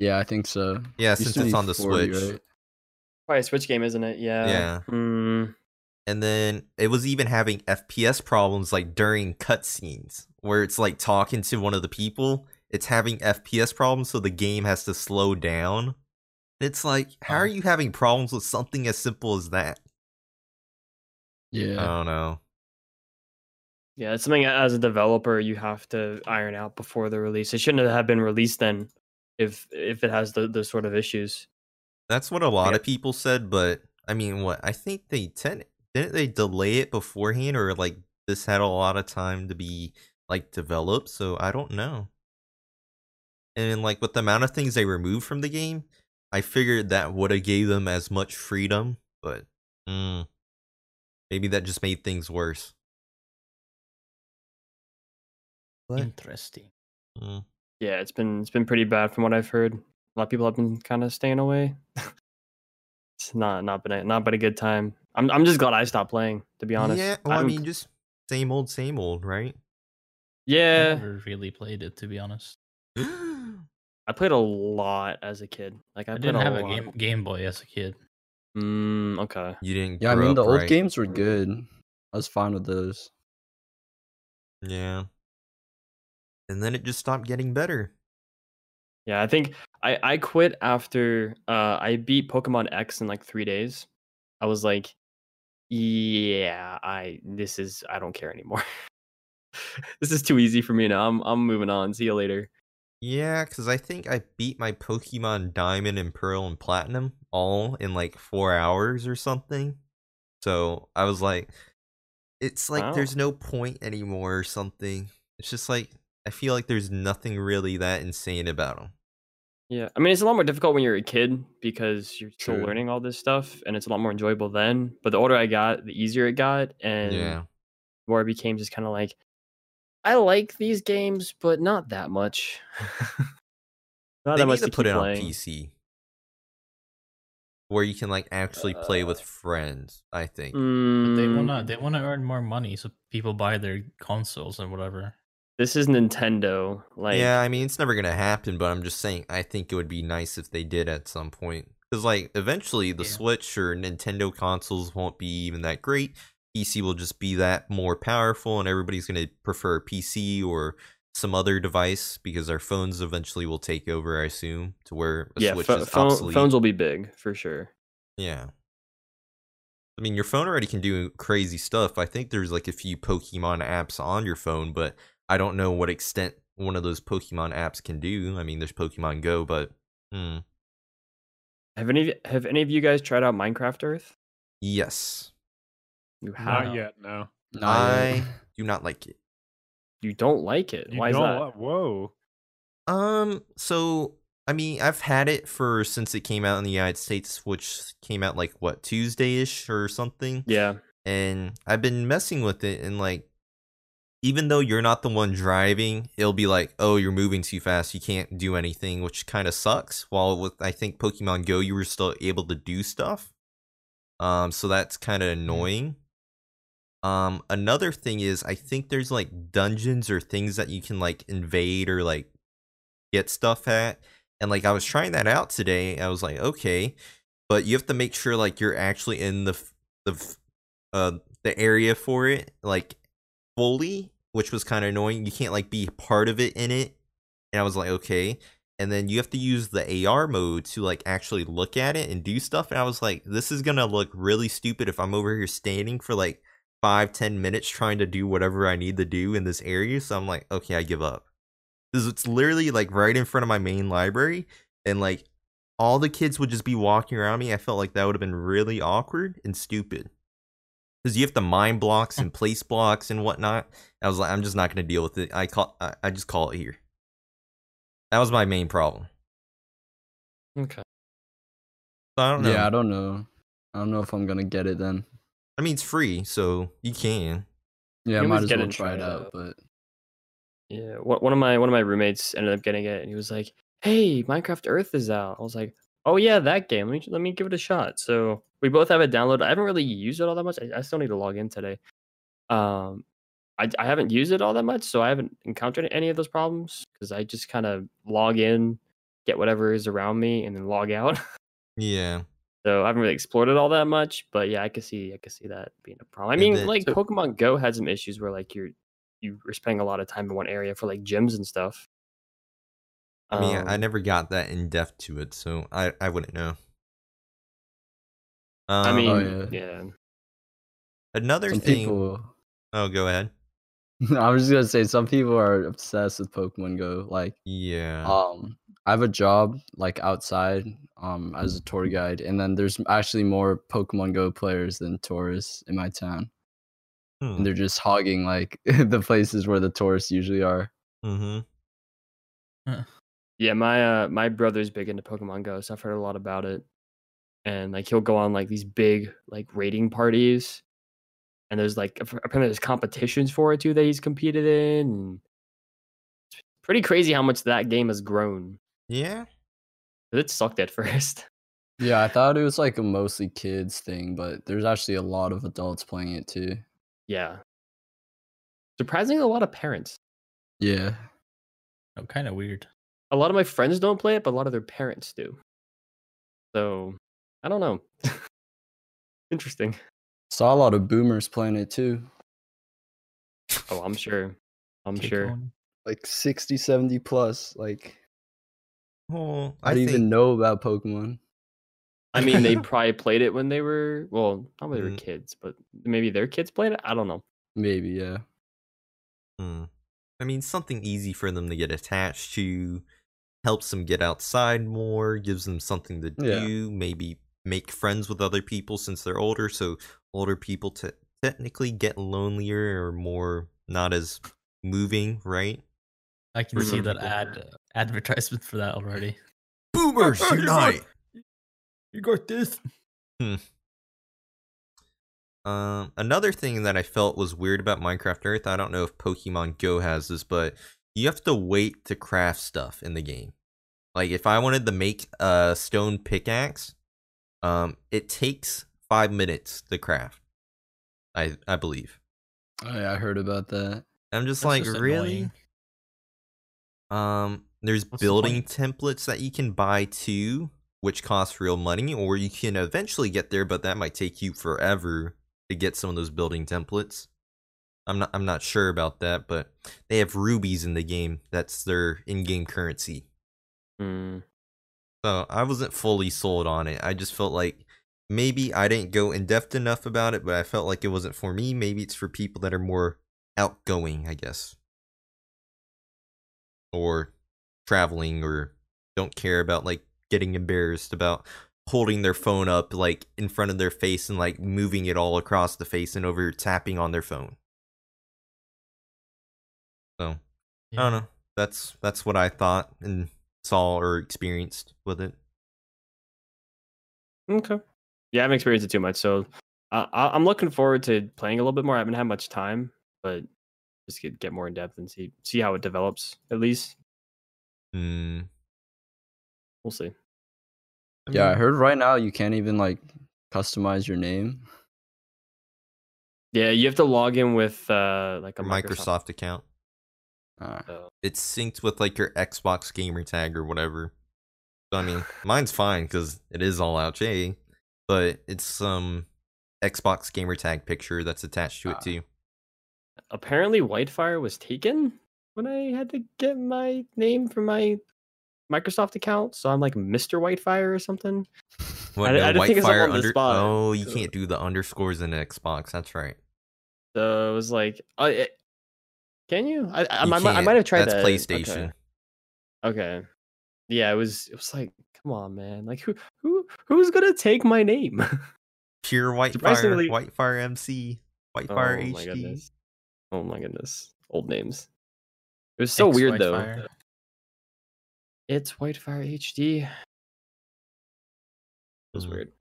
Speaker 3: Yeah, I think so.
Speaker 1: Yeah,
Speaker 3: Used
Speaker 1: Uh, since
Speaker 3: to
Speaker 1: it's
Speaker 3: be
Speaker 1: on the
Speaker 3: 40,
Speaker 1: Switch.
Speaker 3: right?
Speaker 2: Probably a Switch game, isn't it? Yeah.
Speaker 1: Yeah.
Speaker 2: Hmm.
Speaker 1: and then it was even having FPS problems like during cutscenes where it's like talking to one of the people, it's having FPS problems, so the game has to slow down. It's like, how
Speaker 5: Oh.
Speaker 1: are you having problems with something as simple as that?
Speaker 3: Yeah.
Speaker 1: I don't know.
Speaker 2: Yeah, it's something as a developer you have to iron out before the release. It shouldn't have been released then, if if it has the, those sort of issues.
Speaker 1: That's what a lot
Speaker 2: Yeah.
Speaker 1: of people said, but I mean, what I think they ten- didn't they delay it beforehand, or like this had a lot of time to be like developed. So I don't know. And like with the amount of things they removed from the game, I figured that would have gave them as much freedom, but mm, maybe that just made things worse. But
Speaker 5: Interesting.
Speaker 1: mm,
Speaker 2: Yeah, it's been it's been pretty bad from what I've heard. A lot of people have been kind of staying away. It's not not been a, not been a good time. I'm I'm just glad I stopped playing. To be honest.
Speaker 1: Yeah, well, I
Speaker 2: I'm-
Speaker 1: mean, just same old, same old, right?
Speaker 5: I
Speaker 2: yeah.
Speaker 5: never really played it to be honest.
Speaker 2: I played a lot as a kid. Like I,
Speaker 5: I
Speaker 2: played
Speaker 5: didn't have a
Speaker 2: lot.
Speaker 5: game Game Boy as a kid.
Speaker 2: Mm, okay.
Speaker 1: You didn't.
Speaker 3: Yeah, I
Speaker 1: grow
Speaker 3: mean the
Speaker 1: up
Speaker 3: old
Speaker 1: right.
Speaker 3: games were good. I was fine with those.
Speaker 1: Yeah. And then it just stopped getting better.
Speaker 2: Yeah, I think I I quit after uh I beat Pokemon X in like three days. I was like, yeah, I this is I don't care anymore. this is too easy for me now. I'm I'm moving on. See you later.
Speaker 1: Yeah, because I think I beat my Pokemon Diamond and Pearl and Platinum all in like four hours or something. So I was like, it's like
Speaker 2: Wow.
Speaker 1: there's no point anymore or something. It's just like, I feel like there's nothing really that insane about them.
Speaker 2: Yeah, I mean it's a lot more difficult when you're a kid because you're still
Speaker 3: True.
Speaker 2: learning all this stuff, and it's a lot more enjoyable then. But the older I got, the easier it got, and
Speaker 1: Yeah.
Speaker 2: where I became just kind of like, I like these games, but not that much. not
Speaker 1: they
Speaker 2: that much
Speaker 1: need to, put
Speaker 2: keep
Speaker 1: it
Speaker 2: playing.
Speaker 1: on PC. Where you can like actually play
Speaker 2: Uh.
Speaker 1: with friends, I think.
Speaker 5: But they
Speaker 2: Mm,
Speaker 5: wanna they wanna earn more money so people buy their consoles and whatever.
Speaker 2: This is Nintendo. Like,
Speaker 1: yeah, I mean it's never gonna happen, but I'm just saying I think it would be nice if they did at some point. Because like eventually the
Speaker 5: Yeah.
Speaker 1: Switch or Nintendo consoles won't be even that great. PC will just be that more powerful, and everybody's gonna prefer PC or some other device because our phones eventually will take over. I assume to where a
Speaker 2: yeah,
Speaker 1: Switch
Speaker 2: pho-
Speaker 1: is
Speaker 2: phone-
Speaker 1: obsolete.
Speaker 2: phones will be big for sure.
Speaker 1: Yeah. I mean, your phone already can do crazy stuff. I think there's like a few Pokemon apps on your phone, but I don't know what extent one of those Pokemon apps can do. I mean, there's Pokemon Go, but hmm.
Speaker 2: Have any of- have any of you guys tried out Minecraft Earth?
Speaker 1: yes,
Speaker 2: You
Speaker 4: Not
Speaker 2: have.
Speaker 4: yet, no.
Speaker 3: Not
Speaker 1: I
Speaker 3: yet.
Speaker 1: do not like it.
Speaker 2: You don't like it.
Speaker 4: You
Speaker 2: Why is
Speaker 4: don't
Speaker 2: that?
Speaker 4: want- Whoa.
Speaker 1: Um, so I mean, I've had it for since it came out in the United States, which came out like what Tuesday ish or something.
Speaker 2: Yeah.
Speaker 1: and I've been messing with it and like even though you're not the one driving, it'll be like, "Oh, you're moving too fast. You can't do anything," which kind of sucks. While with I think Pokemon Go, you were still able to do stuff. Um so that's kind of annoying. Um another thing is I think there's like dungeons or things that you can like invade or like get stuff at. And like I was trying that out today. I was like, "Okay, but you have to make sure like you're actually in the f- the f- uh the area for it like fully which was kind of annoying you can't like be part of it in it and i was like okay and then you have to use the ar mode to like actually look at it and do stuff and i was like this is gonna look really stupid if i'm over here standing for like five ten minutes trying to do whatever i need to do in this area so i'm like okay i give up because it's literally like right in front of my main library and like all the kids would just be walking around me i felt like that would have been really awkward and stupid because you have to mine blocks and place blocks and whatnot. I was like, I'm just not gonna deal with it. I call, I, I just call it here. That was my main problem.
Speaker 2: Okay.
Speaker 1: So I don't know.
Speaker 3: Yeah, I don't know. I don't know if I'm gonna get it then.
Speaker 1: I mean, it's free, so you can.
Speaker 3: Yeah, I
Speaker 2: You
Speaker 3: might as
Speaker 2: always get
Speaker 3: well
Speaker 2: to
Speaker 3: try
Speaker 2: try
Speaker 3: it
Speaker 2: it
Speaker 3: out,
Speaker 2: out.
Speaker 3: but
Speaker 2: Yeah. One one of my one of my roommates ended up getting it, and he was like, "Hey, Minecraft Earth is out." I was like, "Oh yeah, that game. Let me let me give it a shot." So we both have it downloaded. I haven't really used it all that much. I, I still need to log in today. Um, I I haven't used it all that much, so I haven't encountered any of those problems because I just kind of log in, get whatever is around me, and then log out.
Speaker 1: Yeah.
Speaker 2: So I haven't really explored it all that much, but yeah, I could see I could see that being a problem.
Speaker 1: And
Speaker 2: I mean,
Speaker 1: then-
Speaker 2: like
Speaker 1: so-
Speaker 2: Pokemon Go had some issues where like you're you were spending a lot of time in one area for like gyms and stuff.
Speaker 1: I mean, I
Speaker 2: Um,
Speaker 1: never got that in depth to it, so I, I wouldn't know. Um,
Speaker 2: I mean,
Speaker 3: yeah.
Speaker 2: yeah.
Speaker 1: another
Speaker 3: some
Speaker 1: thing.
Speaker 3: people.
Speaker 1: Oh, go ahead.
Speaker 3: I was just gonna say some people are obsessed with Pokemon Go. Like,
Speaker 1: Yeah.
Speaker 3: um, I have a job like outside, um, as
Speaker 1: Mm.
Speaker 3: a tour guide, and then there's actually more Pokemon Go players than tourists in my town,
Speaker 1: Hmm. Mm.
Speaker 3: and they're just hogging like the places where the tourists usually are.
Speaker 1: hmm
Speaker 2: Yeah, my uh, my brother's big into Pokemon Go, so I've heard a lot about it. And like he'll go on like these big like raiding parties, and there's like ap- apparently there's competitions for it too that he's competed in. and It's pretty crazy how much that game has grown.
Speaker 1: Yeah.
Speaker 2: It sucked at first.
Speaker 3: Yeah, I thought it was like a mostly kids thing, but there's actually a lot of adults playing it too.
Speaker 2: Yeah. Surprisingly, a lot of parents.
Speaker 3: Yeah.
Speaker 5: Oh, kind of weird.
Speaker 2: A lot of my friends don't play it, but a lot of their parents do. So I don't know. Interesting.
Speaker 3: Saw a lot of boomers playing it too.
Speaker 2: Oh, I'm sure. I'm
Speaker 5: Take
Speaker 2: sure.
Speaker 5: on-
Speaker 3: Like 60, 70 plus. Like,
Speaker 1: Oh,
Speaker 3: I
Speaker 1: I
Speaker 3: didn't
Speaker 1: think
Speaker 3: even know about Pokemon.
Speaker 2: I mean, they probably played it when they were well, not when they were
Speaker 1: Mm.
Speaker 2: kids, but maybe their kids played it. I don't know.
Speaker 3: Maybe, yeah.
Speaker 1: Hmm. I mean, something easy for them to get attached to helps them get outside more, gives them something to
Speaker 3: Yeah.
Speaker 1: do, maybe make friends with other people since they're older. So, older people te- technically get lonelier or more not as moving, right?
Speaker 5: I can see that
Speaker 2: Mhm.
Speaker 5: ad uh, advertisement for that already.
Speaker 1: Boomers
Speaker 5: Oh, you're right.
Speaker 1: unite!
Speaker 5: You got this.
Speaker 1: Um, another thing that I felt was weird about Minecraft Earth, I don't know if Pokemon Go has this, but you have to wait to craft stuff in the game. Like if I wanted to make a stone pickaxe, um, it takes five minutes to craft. I I believe.
Speaker 3: Oh, yeah, I heard about that.
Speaker 1: I'm just like really. Um, there's
Speaker 2: What's the
Speaker 1: building templates that you can buy too, which cost real money, or you can eventually get there, but that might take you forever to get some of those building templates. I'm not I'm not sure about that, but they have rubies in the game. That's their in-game currency.
Speaker 2: Mm.
Speaker 1: So I wasn't fully sold on it. I just felt like maybe I didn't go in depth enough about it, but I felt like it wasn't for me. Maybe it's for people that are more outgoing, I guess, or traveling, or don't care about like getting embarrassed about holding their phone up like in front of their face and like moving it all across the face and over tapping on their phone. So I don't know. That's that's what I thought and saw or experienced with it.
Speaker 2: Okay. Yeah, I haven't experienced it too much, so uh, I- I'm looking forward to playing a little bit more. I haven't had much time, but just get get more in depth and see see how it develops. At least
Speaker 1: Mm.
Speaker 2: we'll see.
Speaker 3: yeah, I
Speaker 1: mean,
Speaker 3: heard right now you can't even like customize your name.
Speaker 2: Yeah, you have to log in with uh like a
Speaker 1: your
Speaker 2: Microsoft.
Speaker 1: Microsoft account.
Speaker 3: Uh,
Speaker 2: so-
Speaker 1: It's synced with like your Xbox gamer tag or whatever. So, I mean, mine's fine because it is all out J, but it's some Xbox gamer tag picture that's attached to it
Speaker 3: Ah.
Speaker 1: too.
Speaker 2: apparently, Whitefire was taken when I had to get my name from my Microsoft account, so I'm like Mr. Whitefire or something.
Speaker 1: What,
Speaker 2: I didn't think it's up
Speaker 1: Whitefire
Speaker 2: on the spot,
Speaker 1: Oh, you
Speaker 2: so-
Speaker 1: can't do the underscores in Xbox. That's right.
Speaker 2: So it was like, uh, it- can you? I I, I
Speaker 1: You
Speaker 2: might- I
Speaker 1: can't.
Speaker 2: might have tried
Speaker 1: that's
Speaker 2: that.
Speaker 1: PlayStation.
Speaker 2: Okay. okay. Yeah, it was. It was like, come on, man. Like, who, who, who's gonna take my name?
Speaker 1: Pure Whitefire,
Speaker 2: Surprisingly-
Speaker 1: Whitefire MC, Whitefire
Speaker 2: oh my
Speaker 1: HD.
Speaker 2: goodness. Oh my goodness. Old names. It was so weird though. It's Whitefire HD. It was
Speaker 1: Mhm.
Speaker 2: weird.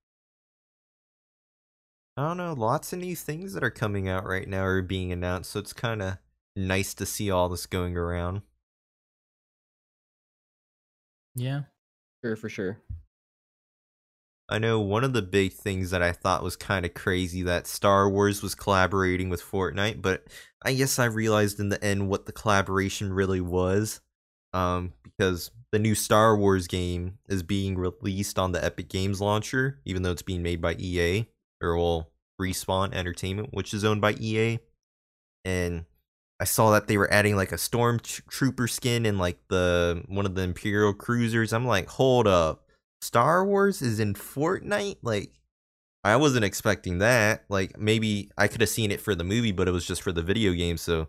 Speaker 1: I don't know. Lots of new things that are coming out right now are being announced, so it's kind of nice to see all this going around.
Speaker 5: Yeah.
Speaker 2: Sure, for sure.
Speaker 1: I know one of the big things that I thought was kind of crazy that Star Wars was collaborating with Fortnite, but I guess I realized in the end what the collaboration really was. Um, because the new Star Wars game is being released on the Epic Games launcher, even though it's being made by EA or well, Respawn Entertainment, which is owned by EA. And I saw that they were adding like a stormtrooper skin and like the one of the Imperial cruisers. I'm like, hold up. Star Wars is in Fortnite? Like, I wasn't expecting that. Like, maybe I could have seen it for the movie, but it was just for the video game. So,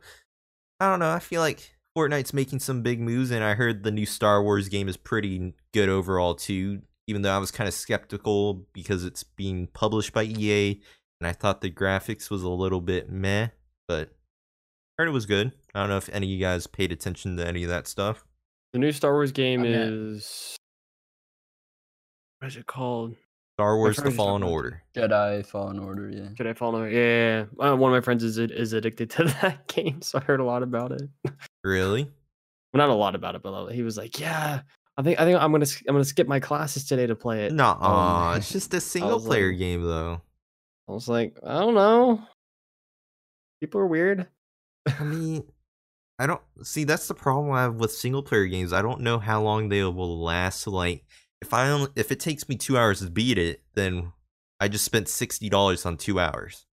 Speaker 1: I don't know. I feel like Fortnite's making some big moves, and I heard the new Star Wars game is pretty good overall, too. Even though I was kind of skeptical because it's being published by EA, and I thought the graphics was a little bit meh, but I heard it was good. I don't know if any of you guys paid attention to any of that stuff.
Speaker 2: The new Star Wars game
Speaker 5: I'm at-
Speaker 2: is what is it called?
Speaker 1: Star Wars:
Speaker 2: heard
Speaker 1: The
Speaker 2: it's not
Speaker 1: Fallen
Speaker 2: bad.
Speaker 1: Order.
Speaker 3: Jedi Fallen Order, yeah.
Speaker 2: Should I follow? Yeah, yeah, yeah. Uh, one of my friends is is addicted to that game, so I heard a lot about it.
Speaker 1: Really?
Speaker 2: Well, not a lot about it, but like, he was like, "Yeah, I think I think I'm gonna s- I'm gonna skip my classes today to play it. um,
Speaker 1: Nah,
Speaker 3: man.
Speaker 1: it's just a single
Speaker 2: was like-
Speaker 1: player game though.
Speaker 2: I was like, I don't know. People are weird.
Speaker 1: I mean, I don't see that's the problem I have with single player games. I don't know how long they will last. Like, if I only, if it takes me two hours to beat it, then I just spent sixty dollars on two hours.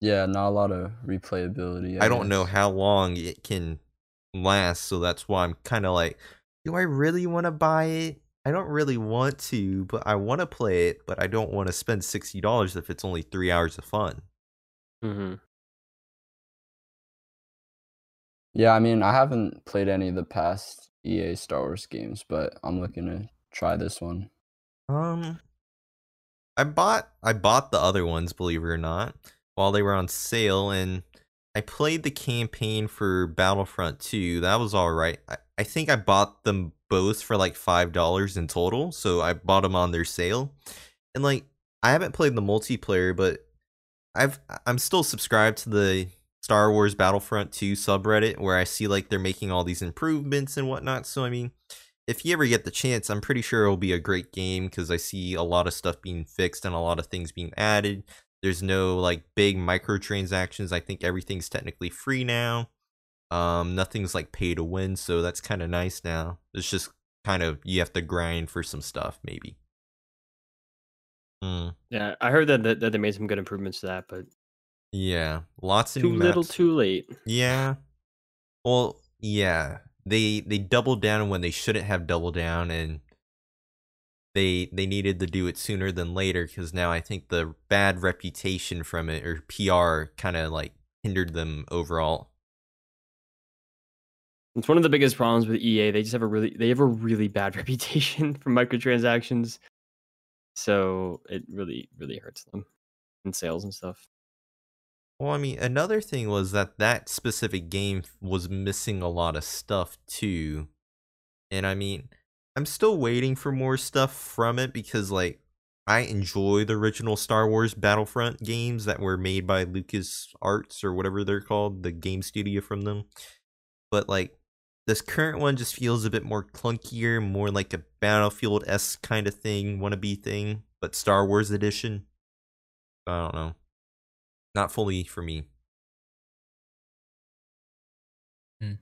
Speaker 3: Yeah, not a lot of replayability.
Speaker 1: I don't know
Speaker 3: guess.
Speaker 1: how long it can last, so that's why I'm kind of like, do I really want to buy it? I don't really want to, but I want to play it, but I don't want to spend sixty dollars if it's only three hours of fun.
Speaker 2: Mm-hmm.
Speaker 3: Yeah, I mean, I haven't played any of the past EA Star Wars games, but I'm looking to try this one.
Speaker 1: Um, I bought I bought the other ones, believe it or not, while they were on sale, and I played the campaign for Battlefront 2. That was all right. I, I think I bought them both for like five dollars in total, so I bought them on their sale, and like I haven't played the multiplayer, but I've I'm still subscribed to the Star Wars Battlefront 2 subreddit where I see like they're making all these improvements and whatnot. So I mean, if you ever get the chance, I'm pretty sure it'll be a great game because I see a lot of stuff being fixed and a lot of things being added. There's no like big microtransactions. I think everything's technically free now. Um, nothing's like pay to win, so that's kind of nice now. It's just kind of you have to grind for some stuff, maybe. Hmm.
Speaker 2: Yeah, I heard that, that that they made some good improvements to that, but
Speaker 1: yeah, lots of
Speaker 2: too
Speaker 1: new
Speaker 2: little,
Speaker 1: maps.
Speaker 2: too late.
Speaker 1: Yeah. Well, yeah. They they doubled down when they shouldn't have doubled down and they they needed to do it sooner than later cuz now I think the bad reputation from it or PR kind of like hindered them overall.
Speaker 2: It's one of the biggest problems with EA. They just have a really they have a really bad reputation for microtransactions. So it really, really hurts them in sales and stuff.
Speaker 1: Well, I mean, another thing was that that specific game was missing a lot of stuff too. And I mean, I'm still waiting for more stuff from it because like I enjoy the original Star Wars Battlefront games that were made by Lucas Arts or whatever they're called, the game studio from them. But like this current one just feels a bit more clunkier, more like a Battlefield S kind of thing, wannabe thing, but Star Wars edition. I don't know not fully for me.
Speaker 5: Hmm.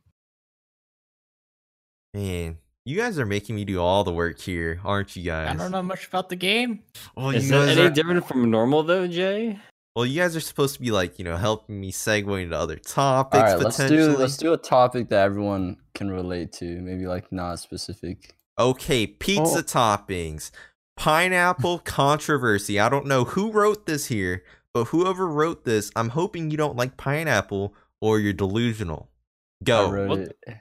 Speaker 1: Man, you guys are making me do all the work here, aren't you guys?
Speaker 5: I don't know much about the game.
Speaker 1: Well,
Speaker 2: Is
Speaker 1: you
Speaker 2: that
Speaker 1: guys
Speaker 2: any
Speaker 1: are,
Speaker 2: different from normal though, Jay?
Speaker 1: well, you guys are supposed to be like you know helping me segue into other topics.
Speaker 3: All right, let's
Speaker 1: potentially.
Speaker 3: do let's do a topic that everyone can relate to, maybe like not specific.
Speaker 1: Okay, pizza
Speaker 2: Oh.
Speaker 1: toppings, pineapple controversy. I don't know who wrote this here, but whoever wrote this, I'm hoping you don't like pineapple or you're delusional.
Speaker 3: I
Speaker 1: Go.
Speaker 3: wrote
Speaker 2: what-
Speaker 3: it.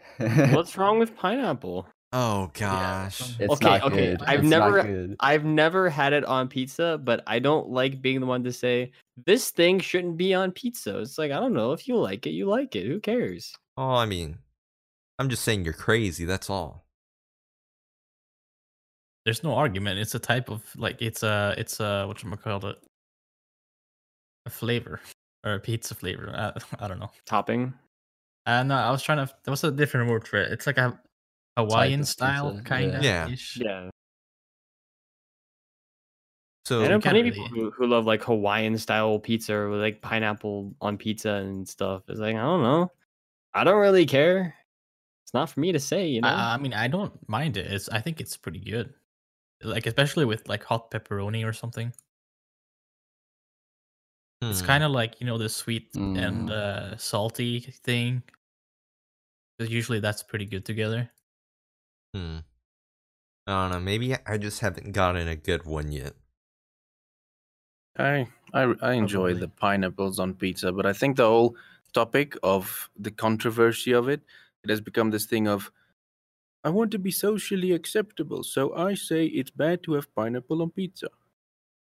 Speaker 2: What's wrong with pineapple?
Speaker 1: oh
Speaker 5: Yeah,
Speaker 1: gosh.
Speaker 5: something.
Speaker 3: it's
Speaker 2: Okay,
Speaker 3: not
Speaker 2: okay,
Speaker 3: good.
Speaker 5: I've
Speaker 3: It's not
Speaker 2: never-
Speaker 3: good.
Speaker 2: I've never had it on pizza, but I don't like being the one to say this thing shouldn't be on pizza. It's like I don't know if you like it, you like it. Who cares?
Speaker 1: Oh, I mean, I'm just saying you're crazy. That's all.
Speaker 5: There's no argument. It's a type of like it's a it's a what you call it, a flavor or a pizza flavor. I, I don't know.
Speaker 2: Topping.
Speaker 5: Uh, no, I was trying to. There was a different word for it. It's like a Hawaiian
Speaker 3: of
Speaker 5: style
Speaker 3: pizza,
Speaker 5: kind of.
Speaker 1: yeah.
Speaker 2: Yeah,
Speaker 1: So
Speaker 2: I know
Speaker 5: you can't
Speaker 2: plenty of people
Speaker 5: really-
Speaker 2: who, who love like Hawaiian style pizza with like pineapple on pizza and stuff. It's like I don't know. I don't really care. It's not for me to say, you know.
Speaker 5: I, I mean, I don't mind it. It's I think it's pretty good. Like especially with like hot pepperoni or something.
Speaker 1: hmm,
Speaker 5: It's kind of like you know the sweet
Speaker 3: Mm.
Speaker 5: and uh, salty thing. 'Cause usually that's pretty good together.
Speaker 1: hmm. I don't know. Maybe I just haven't gotten a good one yet.
Speaker 6: I I, I enjoy
Speaker 5: Probably.
Speaker 6: the pineapples on pizza, but I think the whole topic of the controversy of it, it has become this thing of I want to be socially acceptable, so I say it's bad to have pineapple on pizza.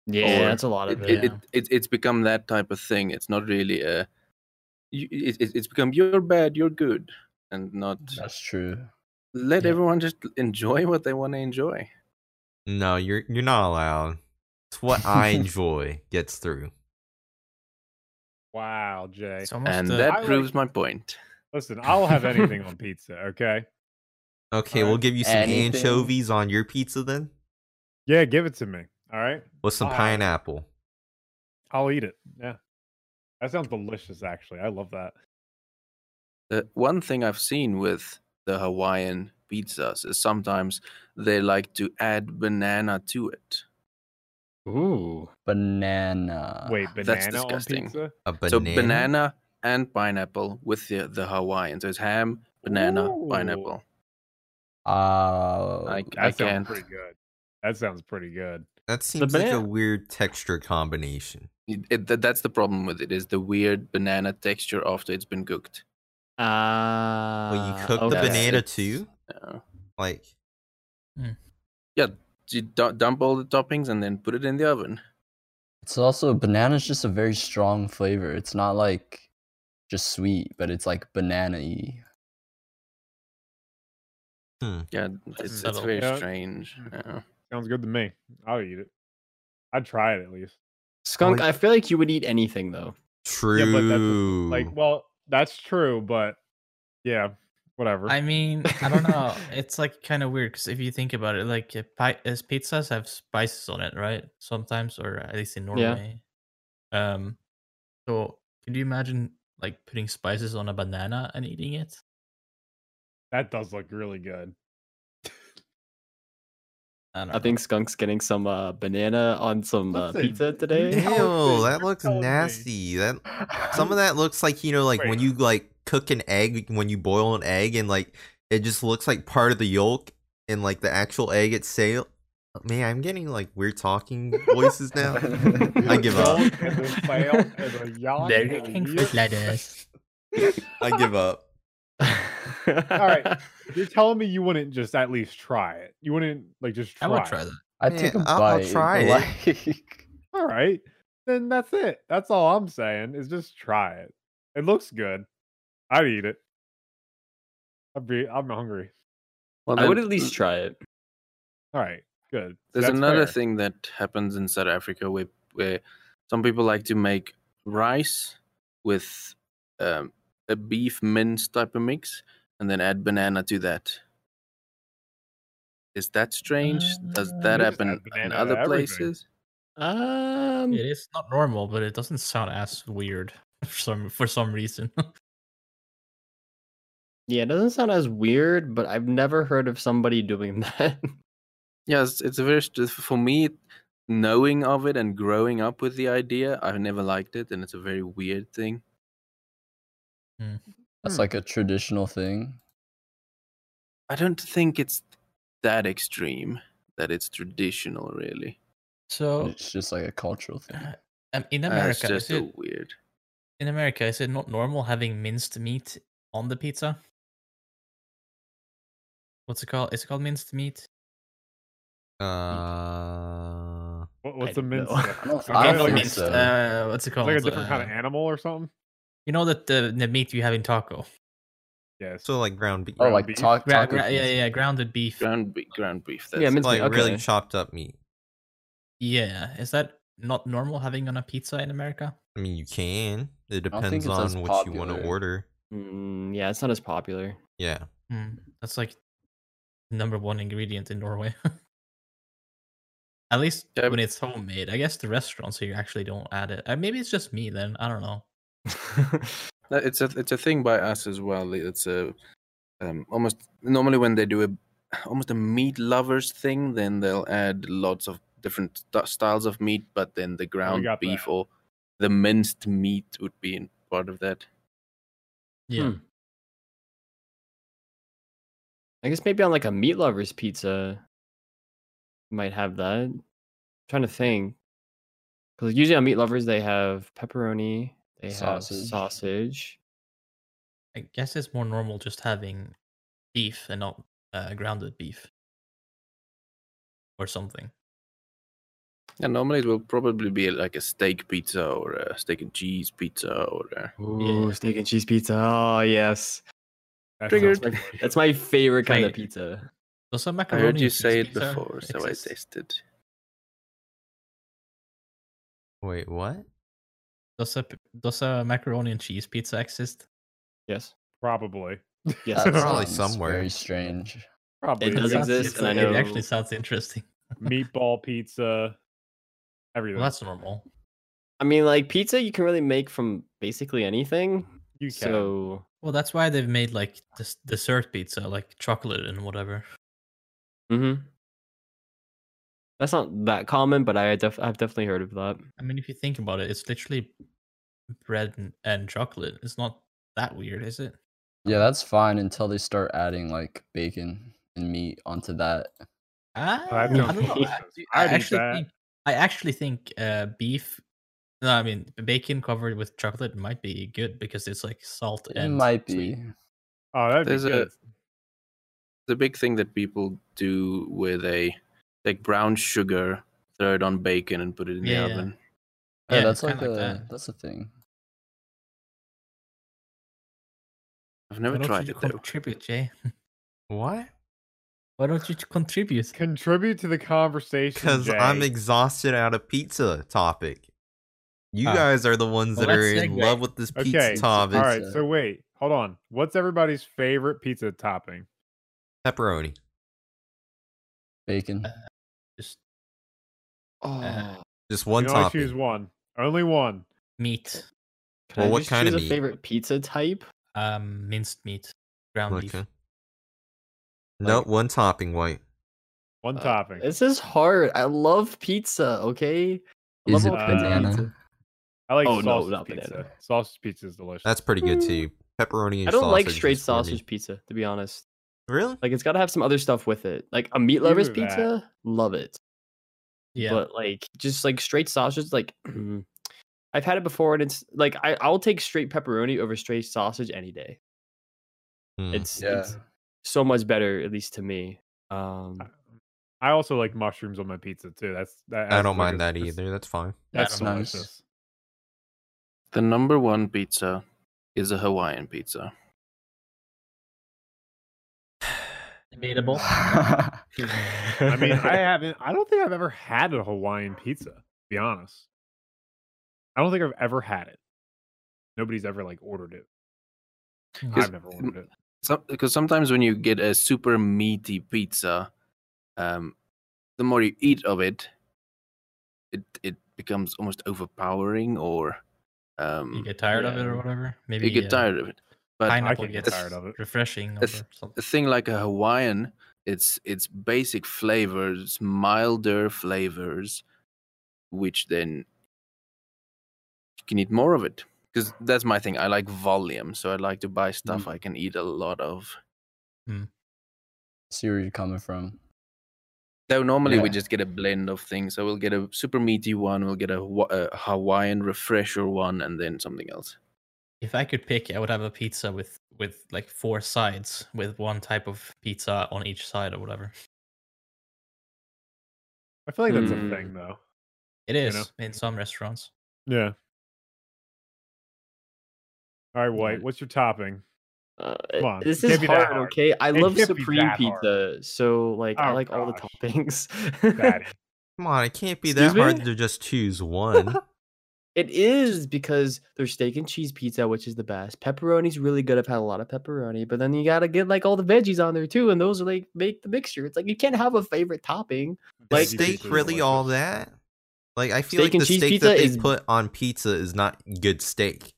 Speaker 2: yeah,
Speaker 6: or
Speaker 2: that's a lot of it.
Speaker 6: It, it,
Speaker 5: yeah.
Speaker 6: it, it, it's become that type of thing. It's not really a. you- It, it, it's become you're bad, you're good, and not
Speaker 3: That's true.
Speaker 6: let
Speaker 5: Yeah.
Speaker 6: everyone just enjoy what they want to enjoy.
Speaker 1: No, you're you're not allowed. It's what I enjoy gets through.
Speaker 4: Wow, Jay.
Speaker 5: It's almost
Speaker 6: And
Speaker 5: uh,
Speaker 4: I
Speaker 6: that
Speaker 4: like-
Speaker 6: proves my point.
Speaker 4: Listen, I'll have anything on pizza, okay?
Speaker 1: Okay,
Speaker 4: Alright.
Speaker 1: we'll give you some
Speaker 3: Anything.
Speaker 1: anchovies on your pizza then,
Speaker 4: Yeah, give it to me. All right,
Speaker 1: with some
Speaker 4: Alright.
Speaker 1: pineapple.
Speaker 4: I'll eat it. Yeah, that sounds delicious. Actually, I love that.
Speaker 6: The one thing I've seen with the Hawaiian pizzas is sometimes they like to add banana to it.
Speaker 2: Ooh.
Speaker 3: Banana.
Speaker 4: Wait,
Speaker 6: that's
Speaker 4: banana on
Speaker 6: disgusting.
Speaker 4: pizza?
Speaker 1: A banana.
Speaker 6: So banana and pineapple with the, the Hawaiian. So it's ham, banana,
Speaker 4: Ooh.
Speaker 6: pineapple.
Speaker 3: Uh,
Speaker 6: Like
Speaker 4: That
Speaker 6: I
Speaker 4: sounds
Speaker 6: can't.
Speaker 4: pretty good. That sounds pretty good.
Speaker 1: That seems like a
Speaker 2: banana-
Speaker 1: weird texture combination.
Speaker 6: It, it- that, that's the problem with it is the weird banana texture after it's been cooked.
Speaker 2: Ah.
Speaker 1: When you cook the
Speaker 6: okay.
Speaker 1: banana
Speaker 6: It's-
Speaker 1: too,
Speaker 6: Uh,
Speaker 1: like
Speaker 6: you du- dump all the toppings and then put it in the oven.
Speaker 3: It's also banana's just a very strong flavor. It's not like just sweet, but it's like banana y.
Speaker 6: Yeah, it's, it's
Speaker 5: subtle.
Speaker 6: very
Speaker 4: Yeah.
Speaker 6: strange. Yeah.
Speaker 4: Sounds good to me. I'll eat it. I'd try it at least.
Speaker 2: Skunk,
Speaker 1: Like-
Speaker 2: I feel like you would eat anything though.
Speaker 1: true.
Speaker 4: Yeah, but that's like, well, that's true, but yeah, whatever.
Speaker 5: I mean, I don't know. it's like kind of weird because if you think about it, like uh, pi- as pizzas have spices on it, right? Sometimes, or at least in
Speaker 2: Yeah.
Speaker 5: Norway. Um, so could you imagine like putting spices on a banana and eating it?
Speaker 4: that does look really good.
Speaker 5: don't
Speaker 2: I think Skunk's getting some uh, banana on some uh,
Speaker 4: Listen,
Speaker 2: pizza
Speaker 1: Ew,
Speaker 2: today.
Speaker 4: you- healthy,
Speaker 1: that looks
Speaker 4: healthy.
Speaker 1: nasty. That some of that looks like you know, like when
Speaker 4: Wait.
Speaker 1: you like cook an egg, when you boil an egg, and like it just looks like part of the yolk and like the actual egg itself. Man, I'm getting like weird talking voices now. I give up.
Speaker 4: Yolk and then fail as a yolk and a yolk.
Speaker 5: uh
Speaker 1: I give up.
Speaker 4: All right, you're telling me you wouldn't just at least try it. You wouldn't like just try.
Speaker 5: I would
Speaker 4: it.
Speaker 5: try that.
Speaker 3: I took a
Speaker 1: Yeah,
Speaker 3: bite.
Speaker 1: I'll- I'll try it.
Speaker 3: Like,
Speaker 4: All right, then that's it. That's all I'm saying is just try it. It looks good. I'd eat it. I'd be. I'm hungry.
Speaker 6: Well,
Speaker 2: I would at least try it.
Speaker 4: All right, good.
Speaker 6: There's
Speaker 4: That's
Speaker 6: another
Speaker 4: fair.
Speaker 6: thing that happens in South Africa where, where some people like to make rice with um, a beef mince type of mix and then add banana to that. Is that strange? Does
Speaker 5: Uh,
Speaker 4: you
Speaker 6: that
Speaker 4: just add
Speaker 6: happen in
Speaker 4: banana to
Speaker 6: other
Speaker 4: everything.
Speaker 6: places?
Speaker 2: Um,
Speaker 5: It is not normal, but it doesn't sound as weird for some for some reason.
Speaker 2: yeah, it doesn't sound as weird, but I've never heard of somebody doing that.
Speaker 6: Yes, it's a very st- for me knowing of it and growing up with the idea. I've never liked it, and it's a very weird thing.
Speaker 1: Hmm.
Speaker 3: that's like a traditional thing.
Speaker 6: I don't think it's that extreme that it's traditional, really.
Speaker 3: but
Speaker 5: so,
Speaker 3: It's just like a cultural thing.
Speaker 5: uh, um, in
Speaker 6: Uh, it's
Speaker 5: America,
Speaker 6: just
Speaker 5: is
Speaker 6: so
Speaker 5: it,
Speaker 6: weird.
Speaker 5: in America, is it not normal having minced meat on the pizza? What's it called? Is it called minced meat?
Speaker 1: Uh,
Speaker 4: What, what's
Speaker 2: I
Speaker 4: a mince?
Speaker 2: don't
Speaker 3: I don't-
Speaker 4: then?
Speaker 2: know.
Speaker 4: Is
Speaker 3: I
Speaker 4: that
Speaker 3: don't
Speaker 4: like,
Speaker 3: think
Speaker 4: it's
Speaker 3: so.
Speaker 5: Uh, what's it called?
Speaker 4: like a different kind of
Speaker 5: Uh,
Speaker 4: animal or something.
Speaker 5: You know that the, the meat you have in taco.
Speaker 4: Yes.
Speaker 1: so like ground beef,
Speaker 3: Oh,
Speaker 4: ground
Speaker 3: like
Speaker 4: beef.
Speaker 3: talk,
Speaker 5: Gra-
Speaker 3: taco.
Speaker 5: gra- yeah,
Speaker 3: pizza.
Speaker 5: yeah, grounded beef.
Speaker 6: Ground beef, ground beef. That's
Speaker 2: Yeah,
Speaker 6: it.
Speaker 2: mince
Speaker 1: like
Speaker 2: meat,
Speaker 1: really
Speaker 2: okay.
Speaker 1: chopped up meat.
Speaker 5: yeah, is that not normal having on a pizza in America?
Speaker 1: I mean, you can. It
Speaker 3: don't
Speaker 1: depends
Speaker 3: think it's as
Speaker 1: on what you want to
Speaker 3: popular.
Speaker 1: order.
Speaker 2: Mm, yeah, it's not as popular.
Speaker 1: Yeah.
Speaker 5: Hmm, that's like number one ingredient in Norway. At least
Speaker 6: Yeah,
Speaker 5: when it's homemade. I guess the restaurants here actually don't add it. Uh, maybe it's just me then. I don't know.
Speaker 6: No, it's a it's a thing by us as well. It's a um, almost normally when they do a almost a meat lovers thing, then they'll add lots of different st- styles of meat, but then
Speaker 5: Oh,
Speaker 6: the ground
Speaker 4: got
Speaker 6: beef
Speaker 4: that.
Speaker 6: or the minced meat would be in part of that.
Speaker 5: Yeah.
Speaker 2: Hmm. I guess maybe on like a meat lover's pizza, you might have that. I'm trying to think, because usually on meat lovers they have pepperoni, they
Speaker 3: Sausage.
Speaker 2: have sausage.
Speaker 5: I guess it's more normal just having beef and not uh, grounded beef or something.
Speaker 6: Yeah, normally it will probably be like a steak pizza or a steak and cheese pizza or a,
Speaker 2: Ooh, steak and cheese pizza. Oh yes,
Speaker 4: That sounds
Speaker 2: triggered.
Speaker 4: delicious.
Speaker 2: That's my favorite kind of
Speaker 5: Wait.
Speaker 2: pizza.
Speaker 5: Does some
Speaker 6: I
Speaker 5: macaroni?
Speaker 6: heard you
Speaker 5: and cheese
Speaker 6: say it
Speaker 5: pizza
Speaker 6: before, so I
Speaker 5: exist?
Speaker 6: tested.
Speaker 1: Wait, what?
Speaker 5: Does a p- does a macaroni and cheese pizza exist?
Speaker 2: Yes,
Speaker 4: probably.
Speaker 2: yes.
Speaker 3: That
Speaker 1: Probably
Speaker 3: sounds
Speaker 1: somewhere.
Speaker 3: Very strange.
Speaker 4: Probably
Speaker 2: It does
Speaker 4: yeah.
Speaker 5: sounds-
Speaker 2: exist, and I
Speaker 5: It
Speaker 2: know-
Speaker 5: actually sounds interesting.
Speaker 4: Meatball pizza, everything.
Speaker 5: Well, that's normal.
Speaker 2: I mean, like pizza, you can really make from basically anything.
Speaker 4: you can.
Speaker 2: So
Speaker 5: Well, that's why they've made like this dessert pizza, like chocolate and whatever.
Speaker 2: hmm that's not that common, but I def- I've definitely heard of that.
Speaker 5: I mean, if you think about it, it's literally bread and, and chocolate. It's not that weird, is it?
Speaker 3: Yeah, that's fine until they start adding like bacon and meat onto that.
Speaker 5: Ah,
Speaker 4: I
Speaker 5: I
Speaker 4: don't
Speaker 5: don't know.
Speaker 4: think
Speaker 5: I,
Speaker 4: so.
Speaker 5: do-
Speaker 4: I'd
Speaker 5: I
Speaker 4: eat
Speaker 5: actually
Speaker 4: that.
Speaker 5: think I actually think uh, beef. No, I mean bacon covered with chocolate might be good because it's like salt
Speaker 3: It
Speaker 5: and
Speaker 3: might
Speaker 5: sweet.
Speaker 3: be.
Speaker 4: oh, that'd
Speaker 6: There's
Speaker 4: be
Speaker 6: a-
Speaker 4: good.
Speaker 6: the big thing that people do where they take brown sugar, throw it on bacon, and put it in
Speaker 5: Yeah,
Speaker 6: the
Speaker 5: yeah.
Speaker 6: oven.
Speaker 3: Yeah,
Speaker 5: Yeah,
Speaker 3: Oh, that's like,
Speaker 5: kinda
Speaker 3: a
Speaker 5: like that.
Speaker 3: that's a thing.
Speaker 6: I've
Speaker 5: Why
Speaker 6: never
Speaker 5: don't
Speaker 6: tried
Speaker 5: you
Speaker 6: it though.
Speaker 5: contribute, Jay?
Speaker 1: What?
Speaker 5: Why don't you contribute?
Speaker 4: Contribute to the conversation.
Speaker 1: Because I'm
Speaker 4: Jay.
Speaker 1: exhausted out of pizza topic. You
Speaker 3: Ah.
Speaker 1: guys are the ones
Speaker 5: Well,
Speaker 1: that are
Speaker 5: let's
Speaker 1: in
Speaker 5: segue.
Speaker 1: love with this pizza
Speaker 4: Okay,
Speaker 1: topic.
Speaker 4: All right,
Speaker 3: Pizza.
Speaker 4: so wait, hold on. What's everybody's favorite pizza topping?
Speaker 1: Pepperoni.
Speaker 3: Bacon.
Speaker 5: Uh, Just
Speaker 2: Oh,
Speaker 1: Just
Speaker 4: You
Speaker 1: one
Speaker 4: can only
Speaker 1: topping.
Speaker 4: choose one. Only one.
Speaker 5: meat,
Speaker 1: well, what kind of
Speaker 2: choose a
Speaker 1: meat?
Speaker 2: favorite pizza type?
Speaker 5: um, minced meat, ground beef.
Speaker 1: Okay. No, one topping white.
Speaker 4: One
Speaker 2: Uh,
Speaker 4: topping.
Speaker 2: This is hard. I love pizza. Okay, I
Speaker 3: Is it
Speaker 2: love all kinds of
Speaker 4: banana?
Speaker 2: pizza.
Speaker 4: I like
Speaker 2: oh, no,
Speaker 4: sausage
Speaker 2: not
Speaker 4: pizza.
Speaker 2: banana.
Speaker 4: Sausage pizza is delicious.
Speaker 1: That's pretty good too. Pepperoni and
Speaker 2: I don't like
Speaker 1: sausage
Speaker 2: straight
Speaker 1: is for me.
Speaker 2: sausage pizza, to be honest.
Speaker 1: Really?
Speaker 2: Like it's got to have some other stuff with it. Like a meat lover's
Speaker 4: Either that.
Speaker 2: pizza, love it.
Speaker 5: Yeah,
Speaker 2: But like just like straight sausage, like I've had it before, and it's like I I'll take straight pepperoni over straight sausage any day.
Speaker 1: Hmm.
Speaker 2: It's, it's so much better, at least to me. Um,
Speaker 4: I also like mushrooms on my pizza too. That's that
Speaker 1: I
Speaker 4: adds
Speaker 1: don't
Speaker 4: like a-
Speaker 1: mind that
Speaker 4: it's-
Speaker 1: either. That's fine.
Speaker 4: That's
Speaker 5: I don't know.
Speaker 3: Nice.
Speaker 4: delicious.
Speaker 6: The number one pizza is a Hawaiian pizza.
Speaker 5: debatable.
Speaker 4: I mean, I haven't. I don't think I've ever had a Hawaiian pizza. To be honest, I don't think I've ever had it. Nobody's ever like ordered it.
Speaker 5: Hmm.
Speaker 6: Is-
Speaker 4: I've never ordered it.
Speaker 6: Some, because sometimes when you get a super meaty pizza, um, the more you eat of it, it it becomes almost overpowering, or um,
Speaker 5: You get tired of it or
Speaker 6: yeah,
Speaker 5: whatever. Maybe
Speaker 6: You get
Speaker 5: uh,
Speaker 6: tired of it. But
Speaker 5: Pineapple
Speaker 4: can get
Speaker 5: gets
Speaker 6: tired
Speaker 4: of it.
Speaker 5: Refreshing. Over
Speaker 6: It's-
Speaker 5: something.
Speaker 6: a thing like a Hawaiian, it's it's basic flavors, milder flavors, which then you can eat more of it. Because that's my thing. I like volume, so I like to buy stuff
Speaker 3: Mm.
Speaker 6: I can eat a lot of.
Speaker 3: See where you're coming from.
Speaker 6: Though normally we
Speaker 3: Yeah.
Speaker 6: just get a blend of things. So we'll get a super meaty one, we'll get a, Hawa- a Hawaiian refresher one, and then something else.
Speaker 5: If I could pick, I would have a pizza with with like four sides, with one type of pizza on each side or whatever.
Speaker 4: I feel like that's
Speaker 2: Mm.
Speaker 4: a thing though.
Speaker 5: It
Speaker 4: You
Speaker 5: is
Speaker 4: know?
Speaker 5: in some restaurants.
Speaker 4: Yeah. All right, White. What's your topping?
Speaker 2: Uh,
Speaker 4: Come on,
Speaker 2: this
Speaker 4: it
Speaker 2: is
Speaker 4: can't be that
Speaker 2: hard,
Speaker 4: hard.
Speaker 2: okay? I
Speaker 4: It
Speaker 2: love
Speaker 4: can't be
Speaker 2: supreme
Speaker 4: that hard.
Speaker 2: pizza, so like I
Speaker 4: Oh,
Speaker 2: like all the
Speaker 4: gosh.
Speaker 2: toppings.
Speaker 4: Daddy.
Speaker 1: Come on, it can't be
Speaker 2: Excuse
Speaker 1: that hard
Speaker 2: me?
Speaker 1: to just choose one.
Speaker 2: It is because there's steak and cheese pizza, which is the best. Pepperoni's really good. I've had a lot of pepperoni, but then you gotta get like all the veggies on there too, and those are like make the mixture. It's like you can't have a favorite topping. Like-
Speaker 1: Is
Speaker 4: Veggie pizza
Speaker 1: steak
Speaker 4: is
Speaker 1: really all
Speaker 4: delicious.
Speaker 1: that? Like I feel
Speaker 2: Steak
Speaker 1: like
Speaker 2: and
Speaker 1: the
Speaker 2: cheese
Speaker 1: steak
Speaker 2: pizza
Speaker 1: that they
Speaker 2: is-
Speaker 1: put on pizza is not good steak.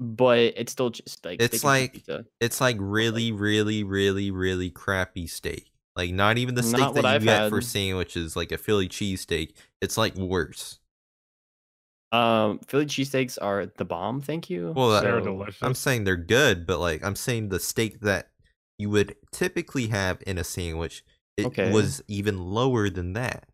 Speaker 2: But it's still just like
Speaker 1: It's
Speaker 2: steak and cheese
Speaker 1: like
Speaker 2: pizza.
Speaker 1: It's like really, really, really, really crappy steak. Like not even the steak
Speaker 2: Not
Speaker 1: that
Speaker 2: what
Speaker 1: you
Speaker 2: I've
Speaker 1: get for
Speaker 2: had.
Speaker 1: sandwiches, like a Philly cheesesteak. It's like worse.
Speaker 2: um Philly cheesesteaks are the bomb. Thank you.
Speaker 1: Well, uh, that-
Speaker 4: They're
Speaker 2: So-
Speaker 4: delicious.
Speaker 1: I'm saying they're good, but like I'm saying the steak that you would typically have in a sandwich, it
Speaker 2: Okay.
Speaker 1: was even lower than that.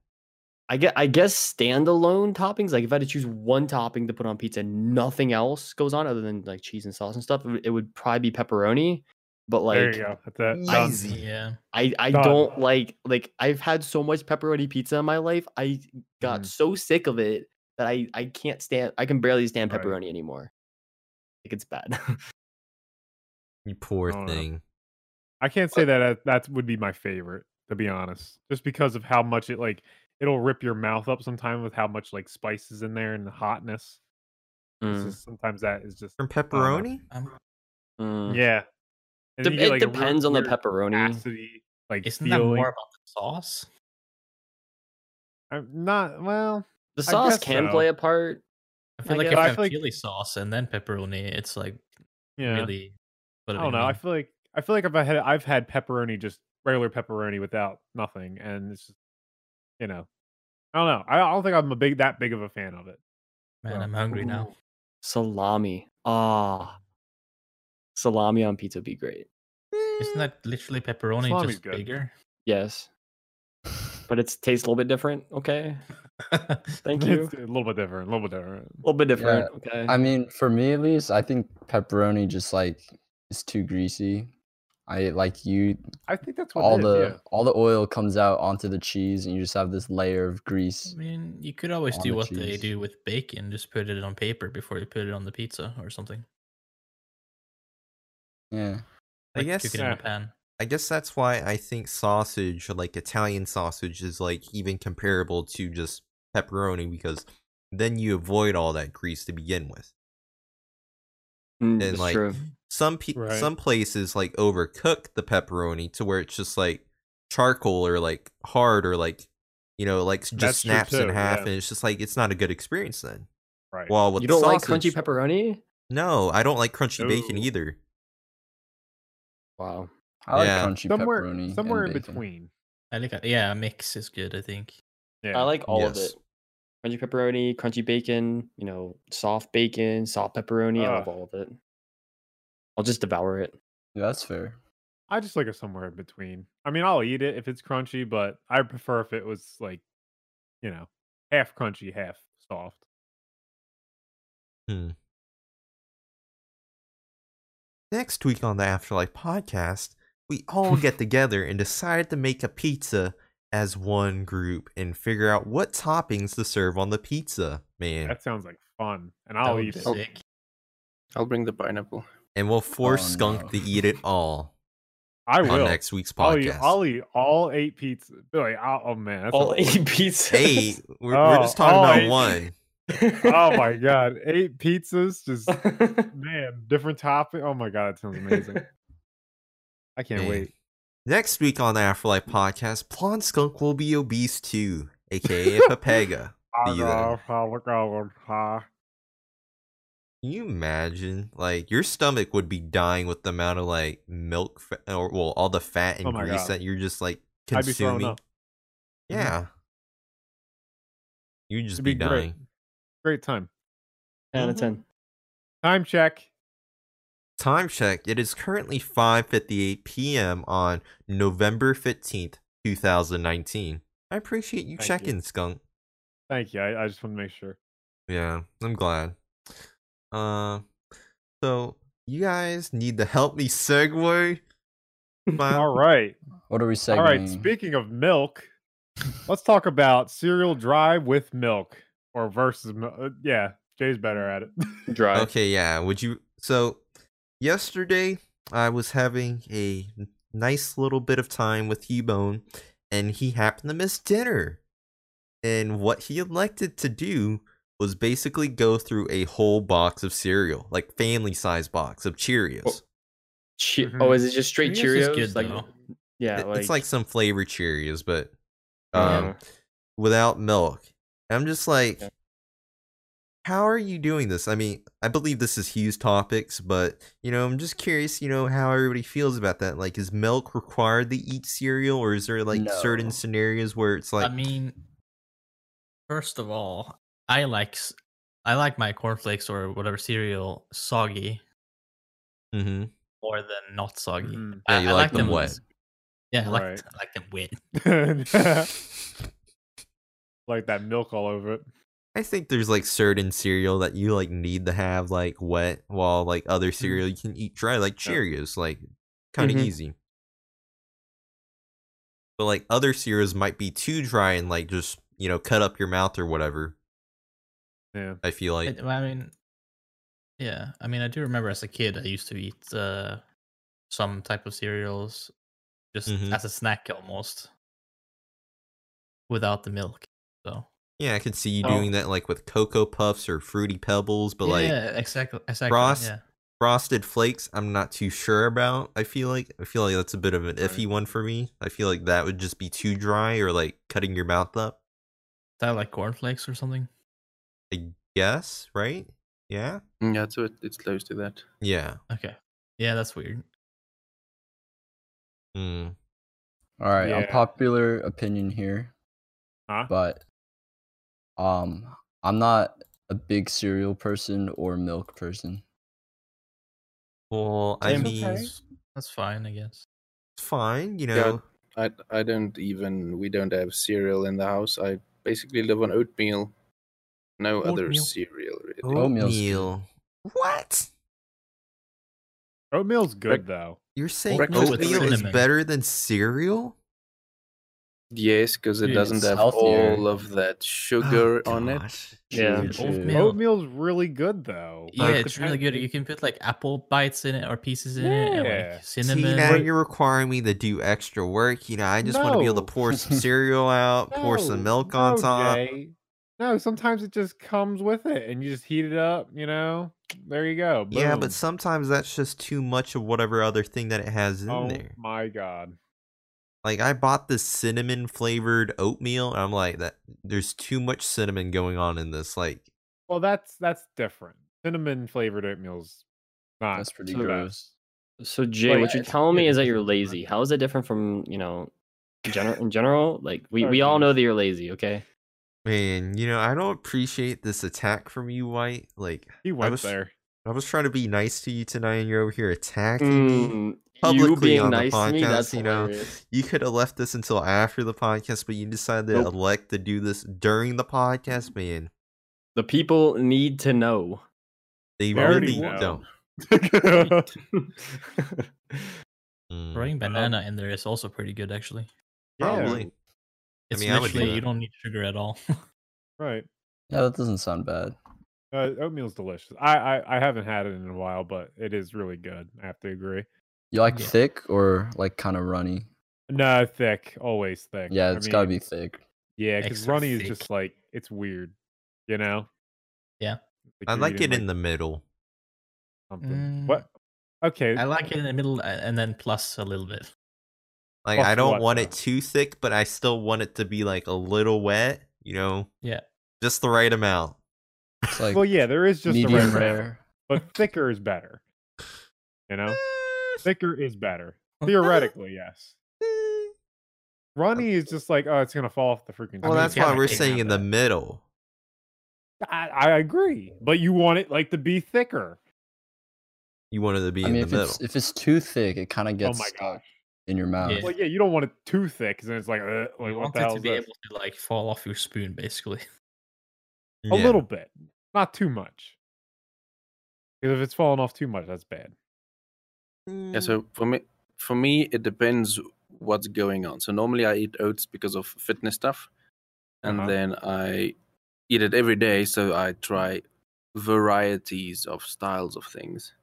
Speaker 2: I guess, I guess standalone toppings. Like if I had to choose one topping to put on pizza, nothing else goes on other than like cheese and sauce and stuff. It would, it would probably be pepperoni. But like,
Speaker 4: there you go. That's it. Done.
Speaker 1: Easy.
Speaker 5: Yeah.
Speaker 2: I I
Speaker 4: Done.
Speaker 2: don't like like I've had so much pepperoni pizza in my life. I got
Speaker 4: Mhm.
Speaker 2: so sick of it that I I can't stand. I can barely stand
Speaker 4: Right.
Speaker 2: pepperoni anymore. Like it's bad.
Speaker 1: You poor
Speaker 4: Oh, no.
Speaker 1: thing.
Speaker 4: I can't say that uh, that would be my favorite, to be honest, just because of how much it like it'll rip your mouth up sometimes with how much like spices in there and the hotness. It's just, sometimes that is just
Speaker 1: From pepperoni?
Speaker 5: Um,
Speaker 2: Mm.
Speaker 4: Mm. yeah. And
Speaker 2: Dep-
Speaker 4: you
Speaker 2: it
Speaker 4: get, like, a real
Speaker 2: depends on the
Speaker 4: weird
Speaker 2: pepperoni.
Speaker 4: acidity. like
Speaker 5: Isn't that
Speaker 4: feeling.
Speaker 5: more about the sauce?
Speaker 4: I'm not well.
Speaker 2: The
Speaker 4: I
Speaker 2: sauce
Speaker 4: guess
Speaker 2: can
Speaker 4: so.
Speaker 2: play a part.
Speaker 5: I feel
Speaker 2: I
Speaker 5: like if
Speaker 2: guess-
Speaker 5: you
Speaker 4: I
Speaker 5: have
Speaker 4: feel like-
Speaker 5: chili sauce and then pepperoni, it's like
Speaker 4: Yeah.
Speaker 5: really.
Speaker 4: I don't know. I feel like I feel like if I had I've had pepperoni just regular pepperoni without nothing, and it's just, you know, I don't know. I don't think I'm a big that big of a fan of it.
Speaker 5: Man,
Speaker 4: well,
Speaker 5: I'm hungry now.
Speaker 2: Ooh, Salami. Ah. Salami on pizza would be great.
Speaker 1: Eh.
Speaker 5: Isn't that literally pepperoni
Speaker 4: Salami's
Speaker 5: just
Speaker 4: good.
Speaker 5: bigger?
Speaker 2: Yes. But it's tastes a little bit different. Okay. Thank you.
Speaker 4: It's a little bit different. A little bit different.
Speaker 2: A little bit different. Okay. Mm,
Speaker 4: Mm-hmm.
Speaker 3: I mean, for me at least, I think pepperoni just like is too greasy. I like you
Speaker 4: I think that's what
Speaker 3: all
Speaker 4: it is,
Speaker 3: the
Speaker 4: Oh, yeah.
Speaker 3: all the oil comes out onto the cheese, and you just have this layer of
Speaker 5: I
Speaker 3: grease.
Speaker 5: mean, you could always
Speaker 3: On
Speaker 5: do
Speaker 3: the
Speaker 5: what they
Speaker 3: cheese.
Speaker 5: do with bacon, just put it on paper before you put it on the pizza or something.
Speaker 4: Mm-hmm.
Speaker 3: Yeah,
Speaker 1: I
Speaker 5: Like
Speaker 1: guess-
Speaker 5: cook it in
Speaker 4: Yeah.
Speaker 5: a pan.
Speaker 1: I guess that's why I think sausage, like Italian sausage, is like even comparable to just pepperoni because then you avoid all that grease to begin with.
Speaker 2: Mm,
Speaker 1: and,
Speaker 2: it's
Speaker 1: like,
Speaker 2: true.
Speaker 1: Some pe-
Speaker 4: Right.
Speaker 1: some places like overcook the pepperoni to where it's just like charcoal or like hard or like you know like just
Speaker 4: That's true
Speaker 1: snaps in
Speaker 4: too,
Speaker 1: half
Speaker 4: yeah.
Speaker 1: and it's just like it's not a good experience then.
Speaker 4: Right.
Speaker 1: While with
Speaker 2: You
Speaker 1: the
Speaker 2: don't like
Speaker 1: sausage,
Speaker 2: crunchy pepperoni?
Speaker 1: No, I don't like crunchy bacon
Speaker 4: Ooh.
Speaker 1: either.
Speaker 2: Wow.
Speaker 3: I
Speaker 1: Yeah.
Speaker 3: like crunchy
Speaker 4: somewhere
Speaker 3: pepperoni. and
Speaker 4: somewhere in
Speaker 3: bacon.
Speaker 4: between.
Speaker 5: I like, yeah, a mix is good. I think.
Speaker 4: Yeah.
Speaker 2: I like all of
Speaker 1: Yes.
Speaker 2: it. Crunchy pepperoni, crunchy bacon, you know, soft bacon, soft pepperoni. I
Speaker 4: Ugh.
Speaker 2: love all of it. I'll just devour it.
Speaker 3: Yeah, that's fair.
Speaker 4: I just like it somewhere in between. I mean, I'll eat it if it's crunchy, but I prefer if it was like, you know, half crunchy, half soft.
Speaker 1: Next week on the Afterlife podcast, we all get together and decide to make a pizza as one group and figure out what toppings to serve on the pizza, man.
Speaker 4: That sounds like fun, and
Speaker 5: That
Speaker 4: I'll
Speaker 5: would
Speaker 4: eat
Speaker 5: be
Speaker 4: it.
Speaker 2: Oh.
Speaker 5: sick.
Speaker 6: I'll bring the pineapple.
Speaker 1: and we'll force
Speaker 3: Oh,
Speaker 1: Skunk
Speaker 3: no.
Speaker 1: to eat it all
Speaker 4: I
Speaker 1: on
Speaker 4: will. Oh,
Speaker 1: next week's
Speaker 4: I'll eat,
Speaker 1: podcast.
Speaker 4: I'll eat all eight pizza. Like, I'll- oh man, that's a
Speaker 2: all
Speaker 4: lot.
Speaker 2: eight pizzas.
Speaker 1: Hey, we're, we're
Speaker 4: Oh,
Speaker 1: just talking
Speaker 4: oh,
Speaker 1: about
Speaker 4: I-
Speaker 1: one.
Speaker 4: oh my god, eight pizzas, just man, different topping. Oh my god, that sounds amazing. I can't
Speaker 1: Man.
Speaker 4: wait.
Speaker 1: Next week on the Afterlife podcast, Plon Skunk will be obese too, aka Papega.
Speaker 4: I
Speaker 1: you
Speaker 4: love how we're going, huh?
Speaker 1: Can you imagine? Like your stomach would be dying with the amount of like milk fa- or well, all the fat and
Speaker 4: Oh my
Speaker 1: grease
Speaker 4: God.
Speaker 1: that you're just like
Speaker 4: I'd be throwing
Speaker 1: consuming.
Speaker 4: up. Mhm.
Speaker 1: Yeah, you'd just
Speaker 4: It'd
Speaker 1: be,
Speaker 4: be
Speaker 1: dying.
Speaker 4: great. Great time.
Speaker 2: Out of ten.
Speaker 4: Time check.
Speaker 1: Time check. It is currently 5:58 p.m. on November 15th, 2019. I appreciate you
Speaker 4: Thank you.
Speaker 1: checking, Skunk.
Speaker 4: Thank you. I, I just want to make sure.
Speaker 1: Yeah, I'm glad. Uh, so you guys need to help me segue. Smile.
Speaker 4: All right.
Speaker 3: What are we saying?
Speaker 4: All right. Speaking of milk, let's talk about cereal dry with milk or versus. mil- uh, Yeah, Jay's better at it.
Speaker 2: Dry.
Speaker 1: Okay, yeah. Would you? So, yesterday I was having a n- nice little bit of time with Hebone, and he happened to miss dinner. And what he elected to do was basically go through a whole box of cereal, like family size box of Cheerios.
Speaker 2: Che-
Speaker 4: Mhm.
Speaker 2: Oh, is it just straight
Speaker 5: Cheerios is
Speaker 2: Cheerios?
Speaker 5: good,
Speaker 2: like,
Speaker 5: though.
Speaker 2: yeah,
Speaker 1: It- it's like some flavor Cheerios, but
Speaker 2: Yeah.
Speaker 1: um, without milk. I'm just like,
Speaker 2: Yeah.
Speaker 1: how are you doing this? I mean, I believe this is Hughes topics, but you know, I'm just curious, you know, how everybody feels about that. Like, is milk required to eat cereal, or is there like certain
Speaker 3: No.
Speaker 1: scenarios where it's like,
Speaker 5: I mean, first of all, I like s- I like my cornflakes or whatever cereal soggy
Speaker 1: Mhm.
Speaker 5: more than not soggy.
Speaker 2: Mm-hmm. Mm.
Speaker 4: Mhm.
Speaker 1: Yeah,
Speaker 5: I,
Speaker 1: you
Speaker 5: I
Speaker 1: like them wet.
Speaker 5: Yeah, I like,
Speaker 4: Right.
Speaker 5: I like them wet.
Speaker 4: like that milk all over it.
Speaker 1: I think there's like certain cereal that you like need to have like wet, while like other cereal you can eat dry, like
Speaker 4: Yeah.
Speaker 1: Cheerios, like kind of
Speaker 2: Mhm.
Speaker 1: easy. But like other cereals might be too dry and like just you know cut up your mouth or whatever.
Speaker 4: Yeah.
Speaker 1: I feel like
Speaker 5: I, I mean, yeah. I mean, I do remember as a kid, I used to eat uh, some type of cereals just
Speaker 1: Mhm.
Speaker 5: as a snack almost without the milk. So,
Speaker 1: Yeah, I could see you
Speaker 2: Oh.
Speaker 1: doing that like with Cocoa Puffs or Fruity Pebbles, but like
Speaker 5: yeah, exactly, exactly.
Speaker 1: Frost-
Speaker 5: yeah.
Speaker 1: Frosted Flakes, I'm not too sure about. I feel like I feel like that's a bit of an iffy one for me. I feel like that would just be too dry or like cutting your mouth up.
Speaker 5: that like cornflakes or something?
Speaker 1: Yes, right? Yeah.
Speaker 6: Mm, Yeah, so it, it's close to that.
Speaker 1: Yeah.
Speaker 5: Okay. Yeah, that's weird.
Speaker 1: Mm.
Speaker 3: All right,
Speaker 4: Yeah.
Speaker 3: unpopular opinion here,
Speaker 4: Huh?
Speaker 3: but um, I'm not a big cereal person or milk person.
Speaker 1: Well, I
Speaker 5: Same.
Speaker 1: mean,
Speaker 5: Okay. That's fine, I guess.
Speaker 1: it's fine. You know,
Speaker 6: Yeah. I I don't even we don't have cereal in the house. I basically live on oatmeal. No other
Speaker 5: Oatmeal.
Speaker 6: cereal
Speaker 1: Oh.
Speaker 6: really.
Speaker 3: Oatmeal's good.
Speaker 1: oatmeal. What?
Speaker 4: Oatmeal's good
Speaker 6: Rec-
Speaker 4: though.
Speaker 1: You're saying
Speaker 6: Breakfast with
Speaker 1: oatmeal is
Speaker 5: cinnamon.
Speaker 1: better than cereal?
Speaker 6: Yes, because it
Speaker 5: Yeah,
Speaker 6: doesn't
Speaker 3: it's
Speaker 6: have
Speaker 3: healthier.
Speaker 6: all of that sugar
Speaker 1: Sugar
Speaker 6: on it.
Speaker 2: Yeah.
Speaker 3: Chew, chew.
Speaker 5: Oatmeal.
Speaker 4: Oatmeal's really good though.
Speaker 5: Yeah,
Speaker 4: Like,
Speaker 5: it's really good.
Speaker 4: depending-
Speaker 5: You can put like apple bites in it or pieces in it, and
Speaker 4: Yeah.
Speaker 5: like
Speaker 1: See,
Speaker 5: cinnamon.
Speaker 1: now you're requiring me to do extra work. You know, I just want to be able
Speaker 4: No.
Speaker 1: to pour some cereal out, pour some
Speaker 4: No,
Speaker 1: milk on
Speaker 4: no,
Speaker 1: top.
Speaker 4: Jay. No, sometimes it just comes with it, and you just heat it up. You know, there you go.
Speaker 1: Yeah,
Speaker 4: boom.
Speaker 1: but sometimes that's just too much of whatever other thing that it has in
Speaker 4: oh
Speaker 1: there.
Speaker 4: my god,
Speaker 1: Like I bought this cinnamon flavored oatmeal, and I'm like, that there's too much cinnamon going on in this. Like,
Speaker 4: well that's that's different. Cinnamon flavored oatmeal's not.
Speaker 3: That's pretty
Speaker 4: the best.
Speaker 3: gross.
Speaker 2: So Jay,
Speaker 4: Like,
Speaker 2: what you're
Speaker 4: it's
Speaker 2: telling me
Speaker 4: good,
Speaker 2: is that
Speaker 4: it's
Speaker 2: you're
Speaker 4: not-
Speaker 2: lazy. How is that different from you know, in general? In general, like we, we all
Speaker 4: Okay.
Speaker 2: know that you're lazy. Okay.
Speaker 1: man, you know, I don't appreciate this attack from you, White. Like,
Speaker 4: He went
Speaker 1: was-
Speaker 4: there.
Speaker 1: I was trying to be nice to you tonight, and you're over here attacking me.
Speaker 2: Mm, you
Speaker 1: Publicly
Speaker 2: being
Speaker 1: on the
Speaker 2: nice to me,
Speaker 1: podcast,
Speaker 2: that's
Speaker 1: you know,
Speaker 2: hilarious.
Speaker 1: You could have left this until after the podcast, but you decided
Speaker 2: Nope.
Speaker 1: to elect to do this during the podcast, man.
Speaker 2: The people need to know.
Speaker 1: They
Speaker 4: We already
Speaker 1: really
Speaker 4: know.
Speaker 1: don't. Mm,
Speaker 5: Throwing banana in there is also pretty good, actually.
Speaker 1: probably.
Speaker 5: It's
Speaker 1: mean, I would do
Speaker 5: literally
Speaker 1: that.
Speaker 5: you don't need sugar at all.
Speaker 4: Right.
Speaker 3: Yeah, that doesn't sound bad.
Speaker 4: Uh, oatmeal's delicious. I, I I haven't had it in a while, but it is really good. I have to agree.
Speaker 3: You like
Speaker 5: Yeah.
Speaker 3: thick or like kind of runny?
Speaker 4: No, thick, always thick.
Speaker 3: Yeah,
Speaker 4: it's
Speaker 3: it's gotta be thick.
Speaker 4: Yeah, because
Speaker 5: extra
Speaker 4: runny
Speaker 5: thick.
Speaker 4: is just like it's weird, you know.
Speaker 5: Yeah.
Speaker 1: I
Speaker 4: you're
Speaker 1: like it
Speaker 4: eating,
Speaker 1: in the middle.
Speaker 4: something.
Speaker 5: Mm.
Speaker 4: What? Okay.
Speaker 5: I like it in the middle a- and then plus a little bit.
Speaker 1: Like
Speaker 4: Plus
Speaker 1: I don't
Speaker 4: what,
Speaker 1: want
Speaker 4: though?
Speaker 1: it too thick, but I still want it to be like a little wet, you know?
Speaker 5: Yeah.
Speaker 1: Just the right amount.
Speaker 3: It's like
Speaker 4: well, yeah, there is just the
Speaker 3: medium
Speaker 4: right amount,
Speaker 3: rare.
Speaker 4: but thicker is better. You know,
Speaker 1: Eh,
Speaker 4: thicker is better. Theoretically, yes.
Speaker 1: eh.
Speaker 4: Runny is just like, oh, it's gonna fall off the freaking.
Speaker 1: Well,
Speaker 5: mean,
Speaker 1: that's
Speaker 5: yeah,
Speaker 1: why
Speaker 5: I
Speaker 1: we're
Speaker 5: can
Speaker 1: saying
Speaker 5: have
Speaker 1: in the
Speaker 5: that.
Speaker 1: middle.
Speaker 4: I, I agree, but you want it like to be thicker.
Speaker 1: You want it to be
Speaker 3: I
Speaker 1: in
Speaker 3: mean,
Speaker 1: the
Speaker 3: if
Speaker 1: middle.
Speaker 3: it's if it's too thick, it kind of gets
Speaker 4: oh my
Speaker 3: stuck
Speaker 4: gosh.
Speaker 3: in your mouth.
Speaker 5: Yeah.
Speaker 4: Well, yeah, you don't want it too thick, because then it's like, uh, like what
Speaker 5: you want
Speaker 4: the
Speaker 5: it
Speaker 4: hell
Speaker 5: to
Speaker 4: is
Speaker 5: be
Speaker 4: this?
Speaker 5: able to like fall off your spoon, basically.
Speaker 4: A
Speaker 1: Yeah.
Speaker 4: little bit, not too much. 'Cause if it's falling off too much, that's bad.
Speaker 6: yeah, so for me for me it depends what's going on. So normally I eat oats because of fitness stuff. And
Speaker 4: Uh-huh.
Speaker 6: then I eat it every day, so I try varieties of styles of things.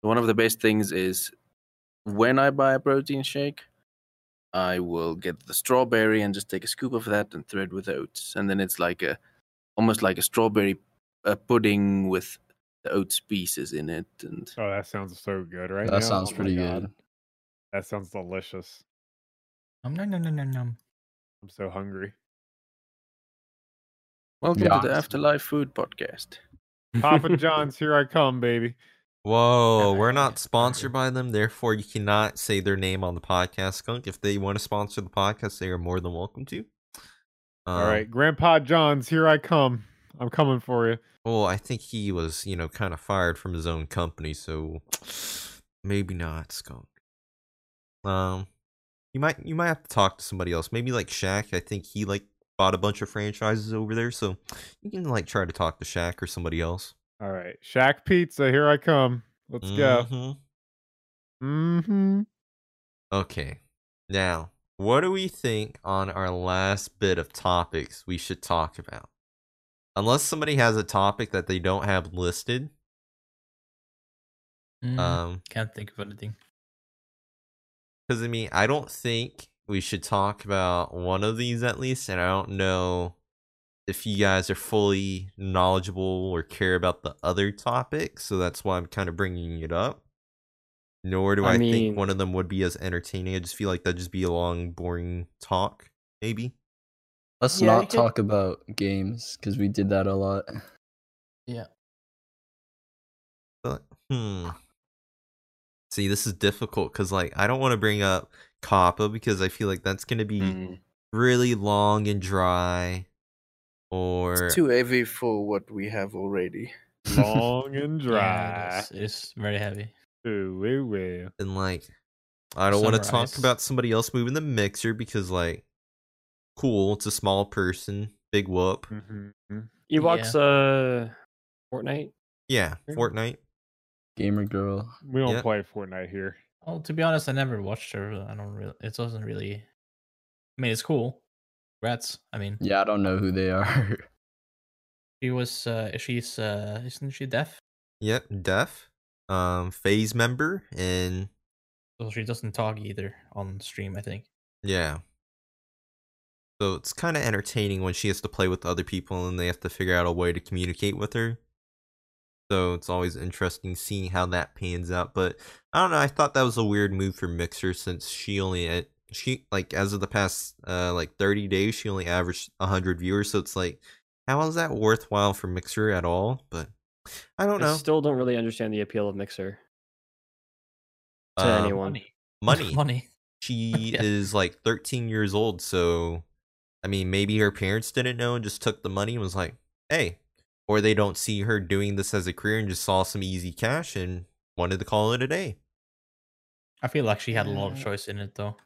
Speaker 6: One of the best things is when I buy a protein shake, I will get the strawberry and just take a scoop of that and throw it with the oats. And then it's like a almost like a strawberry a pudding with the oats pieces in it and
Speaker 4: Oh, that sounds so good, right?
Speaker 3: That
Speaker 4: now.
Speaker 3: sounds
Speaker 4: Oh my
Speaker 3: pretty
Speaker 4: God.
Speaker 3: good.
Speaker 4: That sounds delicious.
Speaker 5: Um, nom, nom, nom, nom, nom.
Speaker 4: I'm so hungry.
Speaker 6: Welcome
Speaker 3: Yeah.
Speaker 6: to the Afterlife Food Podcast.
Speaker 4: Papa John's, here I come, baby.
Speaker 1: Whoa, we're not sponsored by them, therefore you cannot say their name on the podcast, Skunk. If they want to sponsor the podcast, they are more than welcome to. Um,
Speaker 4: All
Speaker 3: Uh,
Speaker 4: right, Grandpa John's, here I come. I'm coming for you.
Speaker 1: Well, I think he was, you know, kind of fired from his own company, so maybe not Skunk. Um, you might you might have to talk to somebody else. Maybe like Shaq. I think he like bought a bunch of franchises over there, so you can like try to talk to Shaq or somebody else.
Speaker 4: All right, Shack Pizza, here I come. Let's go.
Speaker 1: Mhm.
Speaker 4: Mm-hmm.
Speaker 1: Okay. Now, what do we think on our last bit of topics we should talk about? Unless somebody has a topic that they don't have listed,
Speaker 4: Mm-hmm.
Speaker 5: Mm,
Speaker 1: um,
Speaker 5: can't think of anything.
Speaker 1: Because I mean, I don't think we should talk about one of these at least, and I don't know if you guys are fully knowledgeable or care about the other topic. So that's why I'm kind of bringing it up. Nor do
Speaker 2: I
Speaker 1: I,
Speaker 2: mean-
Speaker 1: think one of them would be as entertaining. I just feel like that'd just be a long, boring talk, maybe.
Speaker 3: Let's
Speaker 2: Yeah, we
Speaker 3: not
Speaker 2: could-
Speaker 3: talk about games because we did that a lot.
Speaker 1: But hmm. See, this is difficult because like I don't want to bring up Kappa because I feel like that's gonna be
Speaker 6: Mm.
Speaker 1: really long and dry. Or
Speaker 6: It's too heavy for what we have already.
Speaker 4: Mm-hmm. Long and
Speaker 5: Yeah,
Speaker 4: dry.
Speaker 5: it is- it is very heavy.
Speaker 4: Ooh, wee, wee.
Speaker 1: and like I don't want to talk
Speaker 5: Summarize.
Speaker 1: about somebody else moving the mixer because like cool, it's a small person, big whoop.
Speaker 4: Mhm, mhm.
Speaker 2: Ewoks, uh, Fortnite.
Speaker 1: Yeah,
Speaker 2: Sure.
Speaker 1: Fortnite.
Speaker 3: Gamer girl.
Speaker 4: We don't
Speaker 1: Yeah.
Speaker 4: play Fortnite here.
Speaker 5: Well, to be honest, I never watched her. I don't really. It wasn't really. I mean, it's cool. Rats. I mean,
Speaker 3: Yeah, I don't know who they are.
Speaker 5: she was. Uh, she's. Uh, isn't she deaf?
Speaker 1: Yep, deaf. Um, phase member and
Speaker 5: So she doesn't talk either on stream. I think.
Speaker 1: yeah. So it's kind of entertaining when she has to play with other people and they have to figure out a way to communicate with her. So it's always interesting seeing how that pans out. But I don't know. I thought that was a weird move for Mixer since she only at she like as of the past uh like 30 days she only averaged 100 viewers. So it's like how is that worthwhile for Mixer at all? But I don't
Speaker 2: I
Speaker 1: know.
Speaker 2: still don't really understand the appeal of Mixer to
Speaker 1: Um,
Speaker 2: anyone.
Speaker 1: Money.
Speaker 5: money.
Speaker 1: she
Speaker 5: Yeah.
Speaker 1: is like 13 years old so i mean maybe her parents didn't know and just took the money and was like hey or they don't see her doing this as a career and just saw some easy cash and wanted to call it a day
Speaker 5: I feel like she had a lot of
Speaker 2: Yeah.
Speaker 5: choice in it, though.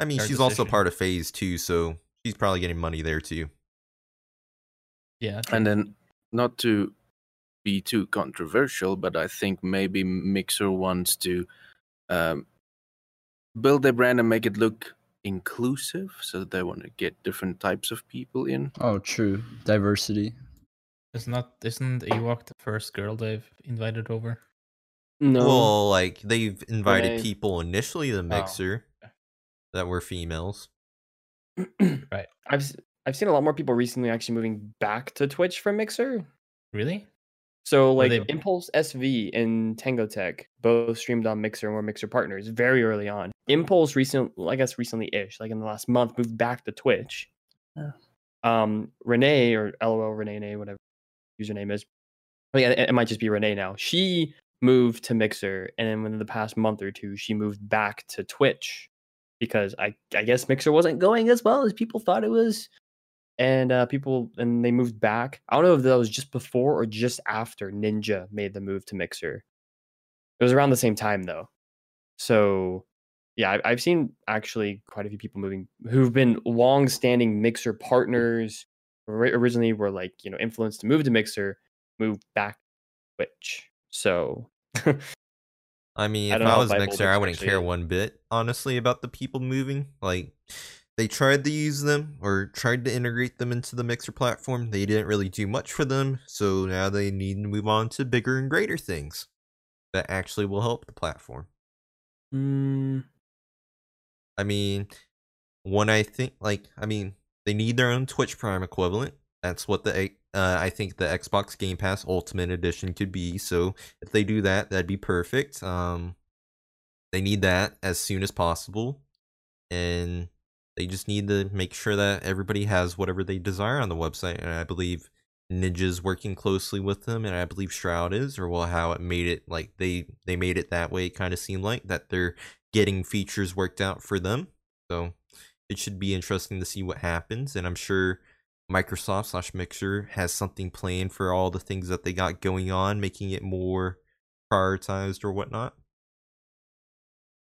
Speaker 1: i mean
Speaker 5: Fair
Speaker 1: she's also
Speaker 5: decision.
Speaker 1: part of phase two so she's probably getting money there too
Speaker 5: Yeah. true.
Speaker 6: And then, not to be too controversial, but I think maybe Mixer wants to um, build their brand and make it look inclusive. So they want to get different types of people in.
Speaker 3: Oh, true. Diversity.
Speaker 5: It's not. Isn't Ewok the first girl they've invited over?
Speaker 2: No,
Speaker 1: well like they've invited
Speaker 2: Renee.
Speaker 1: people initially
Speaker 5: Oh.
Speaker 1: to the mixer that were females
Speaker 5: Right.
Speaker 2: I've s- I've seen a lot more people recently actually moving back to Twitch from Mixer.
Speaker 5: Really?
Speaker 2: So like
Speaker 5: they-
Speaker 2: Impulse SV and Tango Tech both streamed on Mixer and were Mixer partners very early on. Impulse recent, I guess recently ish, like in the last month, moved back to Twitch.
Speaker 6: Yeah.
Speaker 2: Um, Renee or LOL Renee, Renee, whatever username is. I think it it might just be Renee now. She moved to Mixer, and then within the past month or two, she moved back to Twitch because I I guess Mixer wasn't going as well as people thought it was and uh, people and they moved back. I don't know if that was just before or just after Ninja made the move to Mixer. It was around the same time though, so yeah, I, I've seen actually quite a few people moving who've been long-standing Mixer partners. ori- Originally, were like you know influenced to move to Mixer, move back to Twitch. So
Speaker 1: I mean,
Speaker 2: I
Speaker 1: if
Speaker 2: don't
Speaker 1: I
Speaker 2: know
Speaker 1: was
Speaker 2: if I
Speaker 1: next
Speaker 2: hold
Speaker 1: there,
Speaker 2: it
Speaker 1: I wouldn't care
Speaker 2: sexually.
Speaker 1: one bit, honestly, about the people moving. Like, they tried to use them or tried to integrate them into the Mixer platform. They didn't really do much for them, so now they need to move on to bigger and greater things that actually will help the platform.
Speaker 2: Hmm.
Speaker 1: I mean, when I think like, I mean, they need their own Twitch Prime equivalent. That's what the uh, I think the Xbox Game Pass Ultimate Edition could be. So if they do that, that'd be perfect. Um, they need that as soon as possible, and they just need to make sure that everybody has whatever they desire on the website. And I believe Ninja's working closely with them, and I believe Shroud is, or well, how it made it like they they made it that way. It kind of seemed like that they're getting features worked out for them. So it should be interesting to see what happens. And I'm sure Microsoft slash Mixer has something planned for all the things that they got going on, making it more prioritized or whatnot.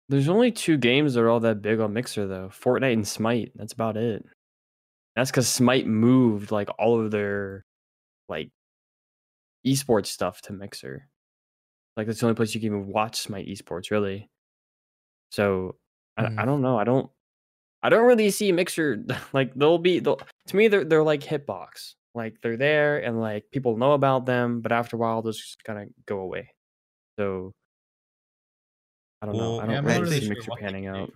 Speaker 2: There's only two games that are all that big on Mixer though. Fortnite and Smite. That's about it. That's because Smite moved like all of their like esports stuff to Mixer. Like that's the only place you can even watch Smite esports, really. So I,
Speaker 1: Mm.
Speaker 2: I
Speaker 5: Mhm.
Speaker 2: don't know. I don't I don't really see Mixer like they'll be they'll, to me they're they're like hitbox. Like they're there and like people know about them, but after a while they'll just kind of go away. So I don't know.
Speaker 1: Well,
Speaker 2: I
Speaker 1: Yeah,
Speaker 2: don't
Speaker 1: I'm not
Speaker 2: really
Speaker 1: really
Speaker 2: see
Speaker 1: sure
Speaker 2: Mixer
Speaker 5: what they
Speaker 2: panning
Speaker 5: can do.
Speaker 2: out.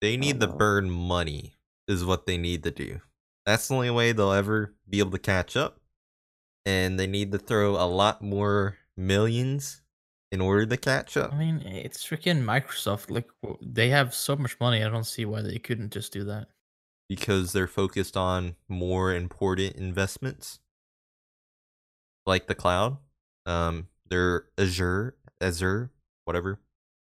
Speaker 1: They need to
Speaker 2: know.
Speaker 1: burn money is what they need to do. That's the only way they'll ever be able to catch up. And they need to throw a lot more millions in order to catch up.
Speaker 5: I mean, it's freaking Microsoft. Like w- they have so much money. I don't see why they couldn't just do that.
Speaker 1: because they're focused on more important investments like the cloud um they're azure azure whatever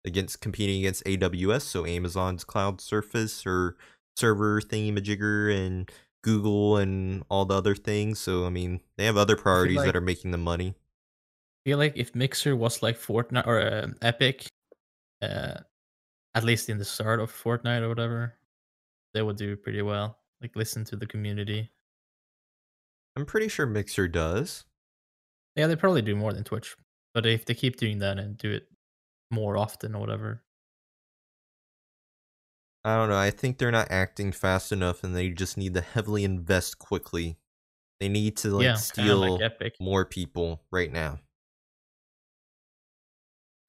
Speaker 1: against competing against aws so amazon's cloud surface or server thingamajigger and google and all the other things so i mean they have other priorities
Speaker 5: like-
Speaker 1: that are making them money
Speaker 5: I feel like if Mixer was like Fortnite or um Epic, uh, at least in the start of Fortnite or whatever, they would do pretty well. Like listen to the community.
Speaker 1: i'm pretty sure mixer does
Speaker 5: Yeah, they probably do more than Twitch, but if they keep doing that and do it more often or whatever,
Speaker 1: i don't know i think they're not acting fast enough and they just need to heavily invest quickly they need to like
Speaker 5: yeah, kinda
Speaker 1: steal
Speaker 5: like Epic.
Speaker 1: more people right now.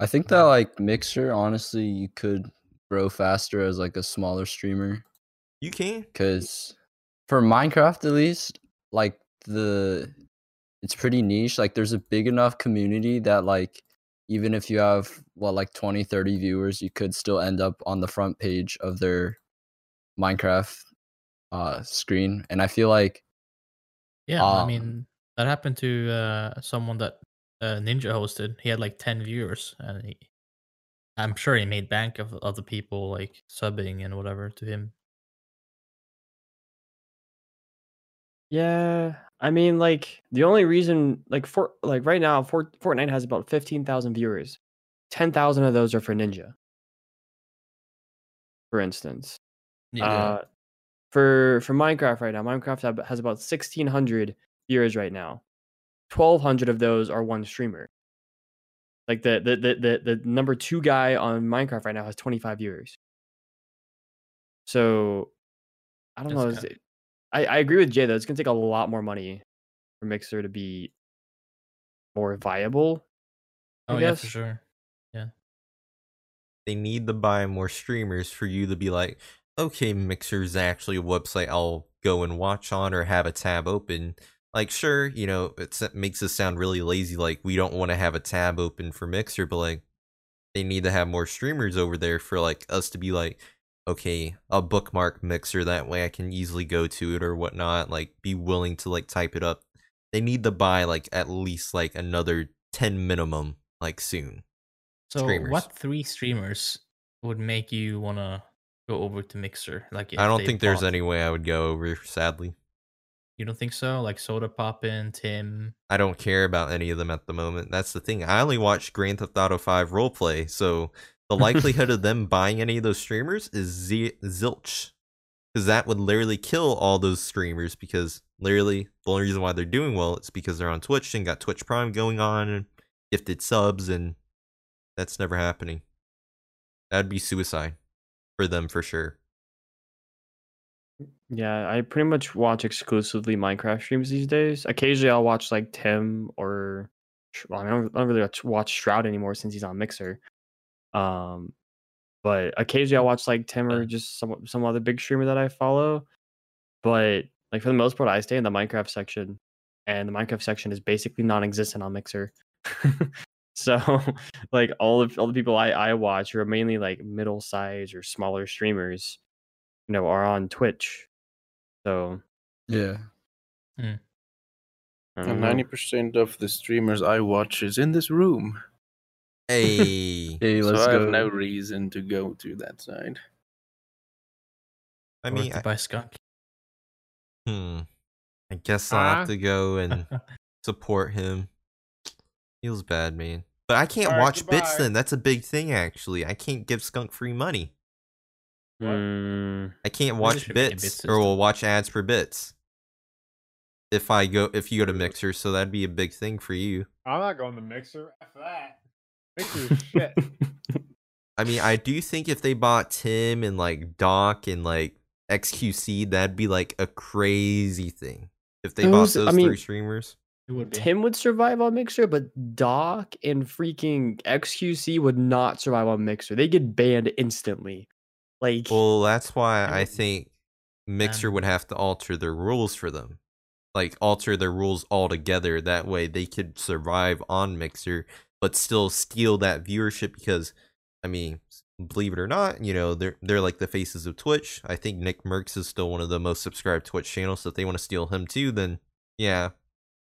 Speaker 3: I think that like Mixer, honestly, you could grow faster as like a smaller streamer
Speaker 1: You can.
Speaker 3: because for Minecraft at least, like the it's pretty niche. Like there's a big enough community that like even if you have what like 20 30 viewers, you could still end up on the front page of their Minecraft uh screen. And I feel like
Speaker 5: Yeah, I
Speaker 3: Um,
Speaker 5: mean that happened to uh, someone that uh, Ninja hosted. He had like ten viewers, and he, I'm sure he made bank of other people like subbing and whatever to him.
Speaker 2: Yeah, I mean, like the only reason, like for like right now, Fort, Fortnite has about fifteen thousand viewers. Ten thousand of those are for Ninja, for instance. Uh, for for Minecraft right now, Minecraft hab- has about sixteen hundred viewers right now. Twelve hundred of those are one streamer. Like the the, the the the number two guy on Minecraft right now has twenty five viewers. So, I don't
Speaker 5: That's
Speaker 2: know. is
Speaker 5: kinda-
Speaker 2: it- I I agree with Jay though. It's gonna take a lot more money for Mixer to be more viable. I
Speaker 5: oh yeah, for
Speaker 2: guess.
Speaker 5: sure.
Speaker 1: They need to buy more streamers for you to be like, okay, Mixer's actually a website I'll go and watch on or have a tab open. Like, sure, you know, it's, it makes us sound really lazy. Like, we don't want to have a tab open for Mixer, but like, they need to have more streamers over there for like us to be like, okay, I'll bookmark Mixer. That way I can easily go to it or whatnot. Like, be willing to like type it up. They need to buy like at least like another 10 minimum, like soon.
Speaker 5: So
Speaker 1: Streamers.
Speaker 5: what three streamers would make you wanna go over to Mixer?
Speaker 1: I
Speaker 5: Like if
Speaker 1: don't
Speaker 5: they
Speaker 1: think there's
Speaker 5: bought-
Speaker 1: any way I would go over, sadly.
Speaker 5: You don't think so? Like Soda Poppin, Tim.
Speaker 1: I don't care about any of them at the moment. That's the thing. I only watch Grand Theft Auto 5 roleplay, so the likelihood of them buying any of those streamers is ze- zilch. Because that would literally kill all those streamers. Because literally, the only reason why they're doing well is because they're on Twitch and got Twitch Prime going on and gifted subs, and that's never happening. That'd be suicide for them for sure.
Speaker 2: Yeah, I pretty much watch exclusively Minecraft streams these days. Occasionally, I'll watch like Tim or Sh- well, I don't, I don't really watch- watch Shroud anymore since he's on Mixer. Um, but occasionally I'll watch like Tim or
Speaker 5: Yeah.
Speaker 2: just some some other big streamer that I follow. But like for the most part, I stay in the Minecraft section, and the Minecraft section is basically non-existent on Mixer. so like all of all the people I I watch are mainly like middle size or smaller streamers, you know, are on Twitch. So
Speaker 3: yeah.
Speaker 2: I don't
Speaker 6: And
Speaker 3: Mm-hmm.
Speaker 2: know.
Speaker 6: ninety percent of the streamers I watch is in this room,
Speaker 1: Hey,
Speaker 3: Hey, let's
Speaker 6: so I
Speaker 3: go.
Speaker 6: have no reason to go to that side.
Speaker 1: I mean,
Speaker 5: to
Speaker 1: I-
Speaker 5: buy skunk.
Speaker 1: Hmm. I guess I'll
Speaker 4: Huh?
Speaker 1: have to go and support him. Feels bad, man. But I can't
Speaker 4: Alright,
Speaker 1: watch bits
Speaker 4: goodbye.
Speaker 1: then. That's a big thing, actually. I can't give Skunk free money.
Speaker 4: What?
Speaker 2: Mm,
Speaker 1: I can't
Speaker 5: Maybe
Speaker 1: watch
Speaker 5: should make a
Speaker 1: bits,
Speaker 5: bit
Speaker 1: or
Speaker 5: system.
Speaker 1: we'll watch ads for bits. If I go, if you go to Mixer, so that'd be a big thing for you.
Speaker 4: I'm not going to mixer. F that. Mixer's shit.
Speaker 1: I mean, I do think if they bought Tim and like Doc and like XQC, that'd be like a crazy thing. If they
Speaker 2: Those- I
Speaker 1: bought those
Speaker 2: mean-
Speaker 1: three streamers,
Speaker 5: It would be.
Speaker 2: Tim would survive on Mixer, but Doc and freaking XQC would not survive on Mixer. They get banned instantly. Like,
Speaker 1: Well, that's why I
Speaker 2: I don't-
Speaker 1: think Mixer
Speaker 5: Um,
Speaker 1: would have to alter their rules for them, like alter their rules altogether. That way they could survive on Mixer, but still steal that viewership because, I mean, believe it or not, you know they're they're like the faces of Twitch. I think Nick Merckx is still one of the most subscribed Twitch channels. So if they want to steal him too, then yeah.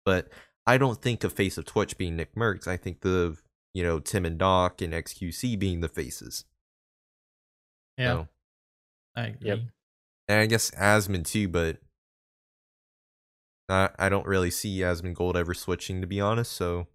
Speaker 1: But I don't think of face of Twitch being Nick Merckx. I think the you know Tim and Doc and XQC being the faces.
Speaker 5: Yeah,
Speaker 1: So-
Speaker 5: I agree.
Speaker 2: Yep.
Speaker 1: and I guess Asmund too, but I I don't really see Asmund Gold ever switching to be honest. So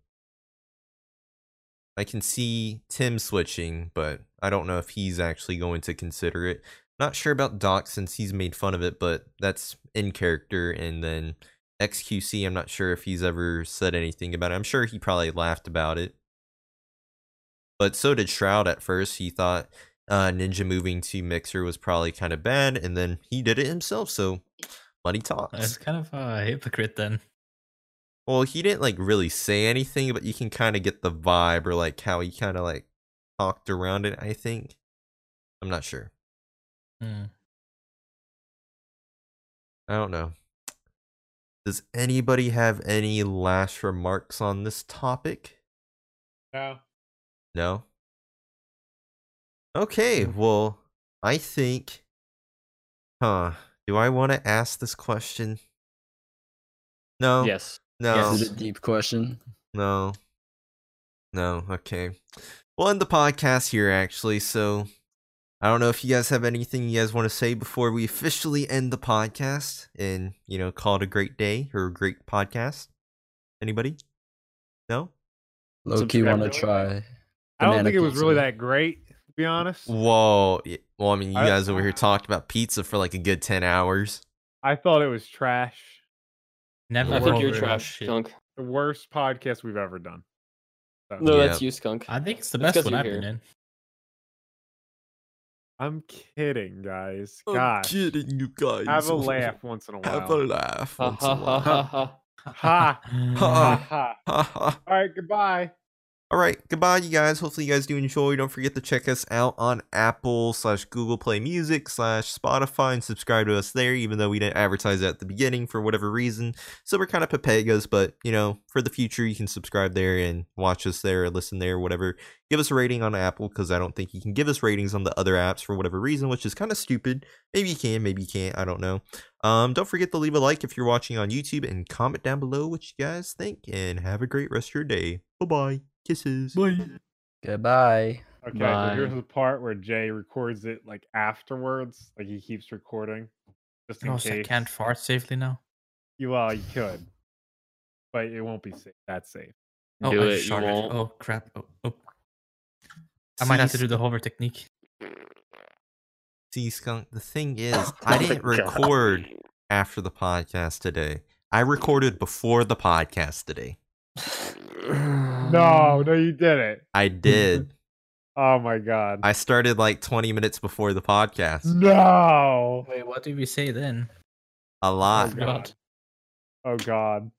Speaker 1: I can see Tim switching, but I don't know if he's actually going to consider it. Not sure about Doc since he's made fun of it, but that's in character. And then XQC, I'm not sure if he's ever said anything about it. I'm sure he probably laughed about it. But so did Shroud at first. He thought uh, Ninja moving to Mixer was probably kind of bad, and then he did it himself. So money
Speaker 5: It's
Speaker 1: talks.
Speaker 5: kind of a hypocrite then.
Speaker 1: Well, he didn't like really say anything, but you can kind of get the vibe or like how he kind of like talked around it. I think. I'm not sure.
Speaker 5: Hmm.
Speaker 1: I don't know. Does anybody have any last remarks on this topic?
Speaker 4: No.
Speaker 1: No. Okay, well, I think. Huh. Do I want to ask this question? No.
Speaker 2: Yes.
Speaker 1: No.
Speaker 3: Is it a deep question?
Speaker 1: No. No, okay. We'll end the podcast here actually, so I don't know if you guys have anything you guys want to say before we officially end the podcast and, you know, call it a great day or a great podcast. Anybody? No?
Speaker 3: Low key want to
Speaker 4: Subscribe.
Speaker 3: try.
Speaker 4: I don't
Speaker 3: Banana
Speaker 4: think it was really
Speaker 3: pizza.
Speaker 4: that great, to be honest.
Speaker 1: Mm. Whoa. y- Well, I mean, you
Speaker 4: I-
Speaker 1: guys over here talked about pizza for like a good 10 hours.
Speaker 4: I thought it was trash.
Speaker 5: Never.
Speaker 2: I think you're
Speaker 5: over
Speaker 2: trash,
Speaker 5: shit.
Speaker 2: skunk.
Speaker 4: The worst podcast we've ever done. So,
Speaker 2: No,
Speaker 1: Yeah.
Speaker 2: that's you, skunk.
Speaker 5: I think it's the
Speaker 2: That's
Speaker 5: best
Speaker 2: 'cause
Speaker 5: one I've
Speaker 2: you're
Speaker 5: been in.
Speaker 4: I'm kidding, guys. God,
Speaker 1: kidding you guys.
Speaker 4: have a laugh once in a while.
Speaker 1: laugh.
Speaker 2: Ha ha ha ha ha.
Speaker 4: Ha.
Speaker 5: Oh,
Speaker 4: Ha
Speaker 1: Ha.
Speaker 4: ha. All right, goodbye.
Speaker 1: All right, goodbye, you guys. Hopefully, you guys do enjoy. Don't forget to check us out on Apple slash Google Play Music slash Spotify and subscribe to us there, even though we didn't advertise that at the beginning for whatever reason. So we're kind of papagos, but you know, for the future, you can subscribe there and watch us there, listen there, whatever. Give us a rating on Apple because I don't think you can give us ratings on the other apps for whatever reason, which is kind of stupid. Maybe you can, maybe you can't. I don't know. Um, don't forget to leave a like if you're watching on YouTube and comment down below what you guys think. And have a great rest of your day. Bye bye. Kisses.
Speaker 3: Goodbye.
Speaker 4: Okay,
Speaker 2: Bye.
Speaker 4: so here's the part where Jay records it like afterwards. Like he keeps recording. Just in
Speaker 5: Oh, so I
Speaker 4: case.
Speaker 5: can't fart safely now.
Speaker 4: You well, you could, but it won't be safe. That's safe.
Speaker 5: Oh,
Speaker 2: Do
Speaker 5: I
Speaker 2: it, you
Speaker 5: sharted.
Speaker 2: won't.
Speaker 5: Oh crap. Oh, oh. I might have to do the hover technique.
Speaker 1: See, skunk. The thing is, I didn't record after the podcast today. I recorded before the podcast today.
Speaker 2: Um
Speaker 4: No, no, you did it.
Speaker 1: I did.
Speaker 4: Oh my god.
Speaker 1: I started like 20 minutes before the podcast.
Speaker 4: No. Oh
Speaker 5: Wait, what did we say then?
Speaker 1: A lot.
Speaker 4: God. Oh god.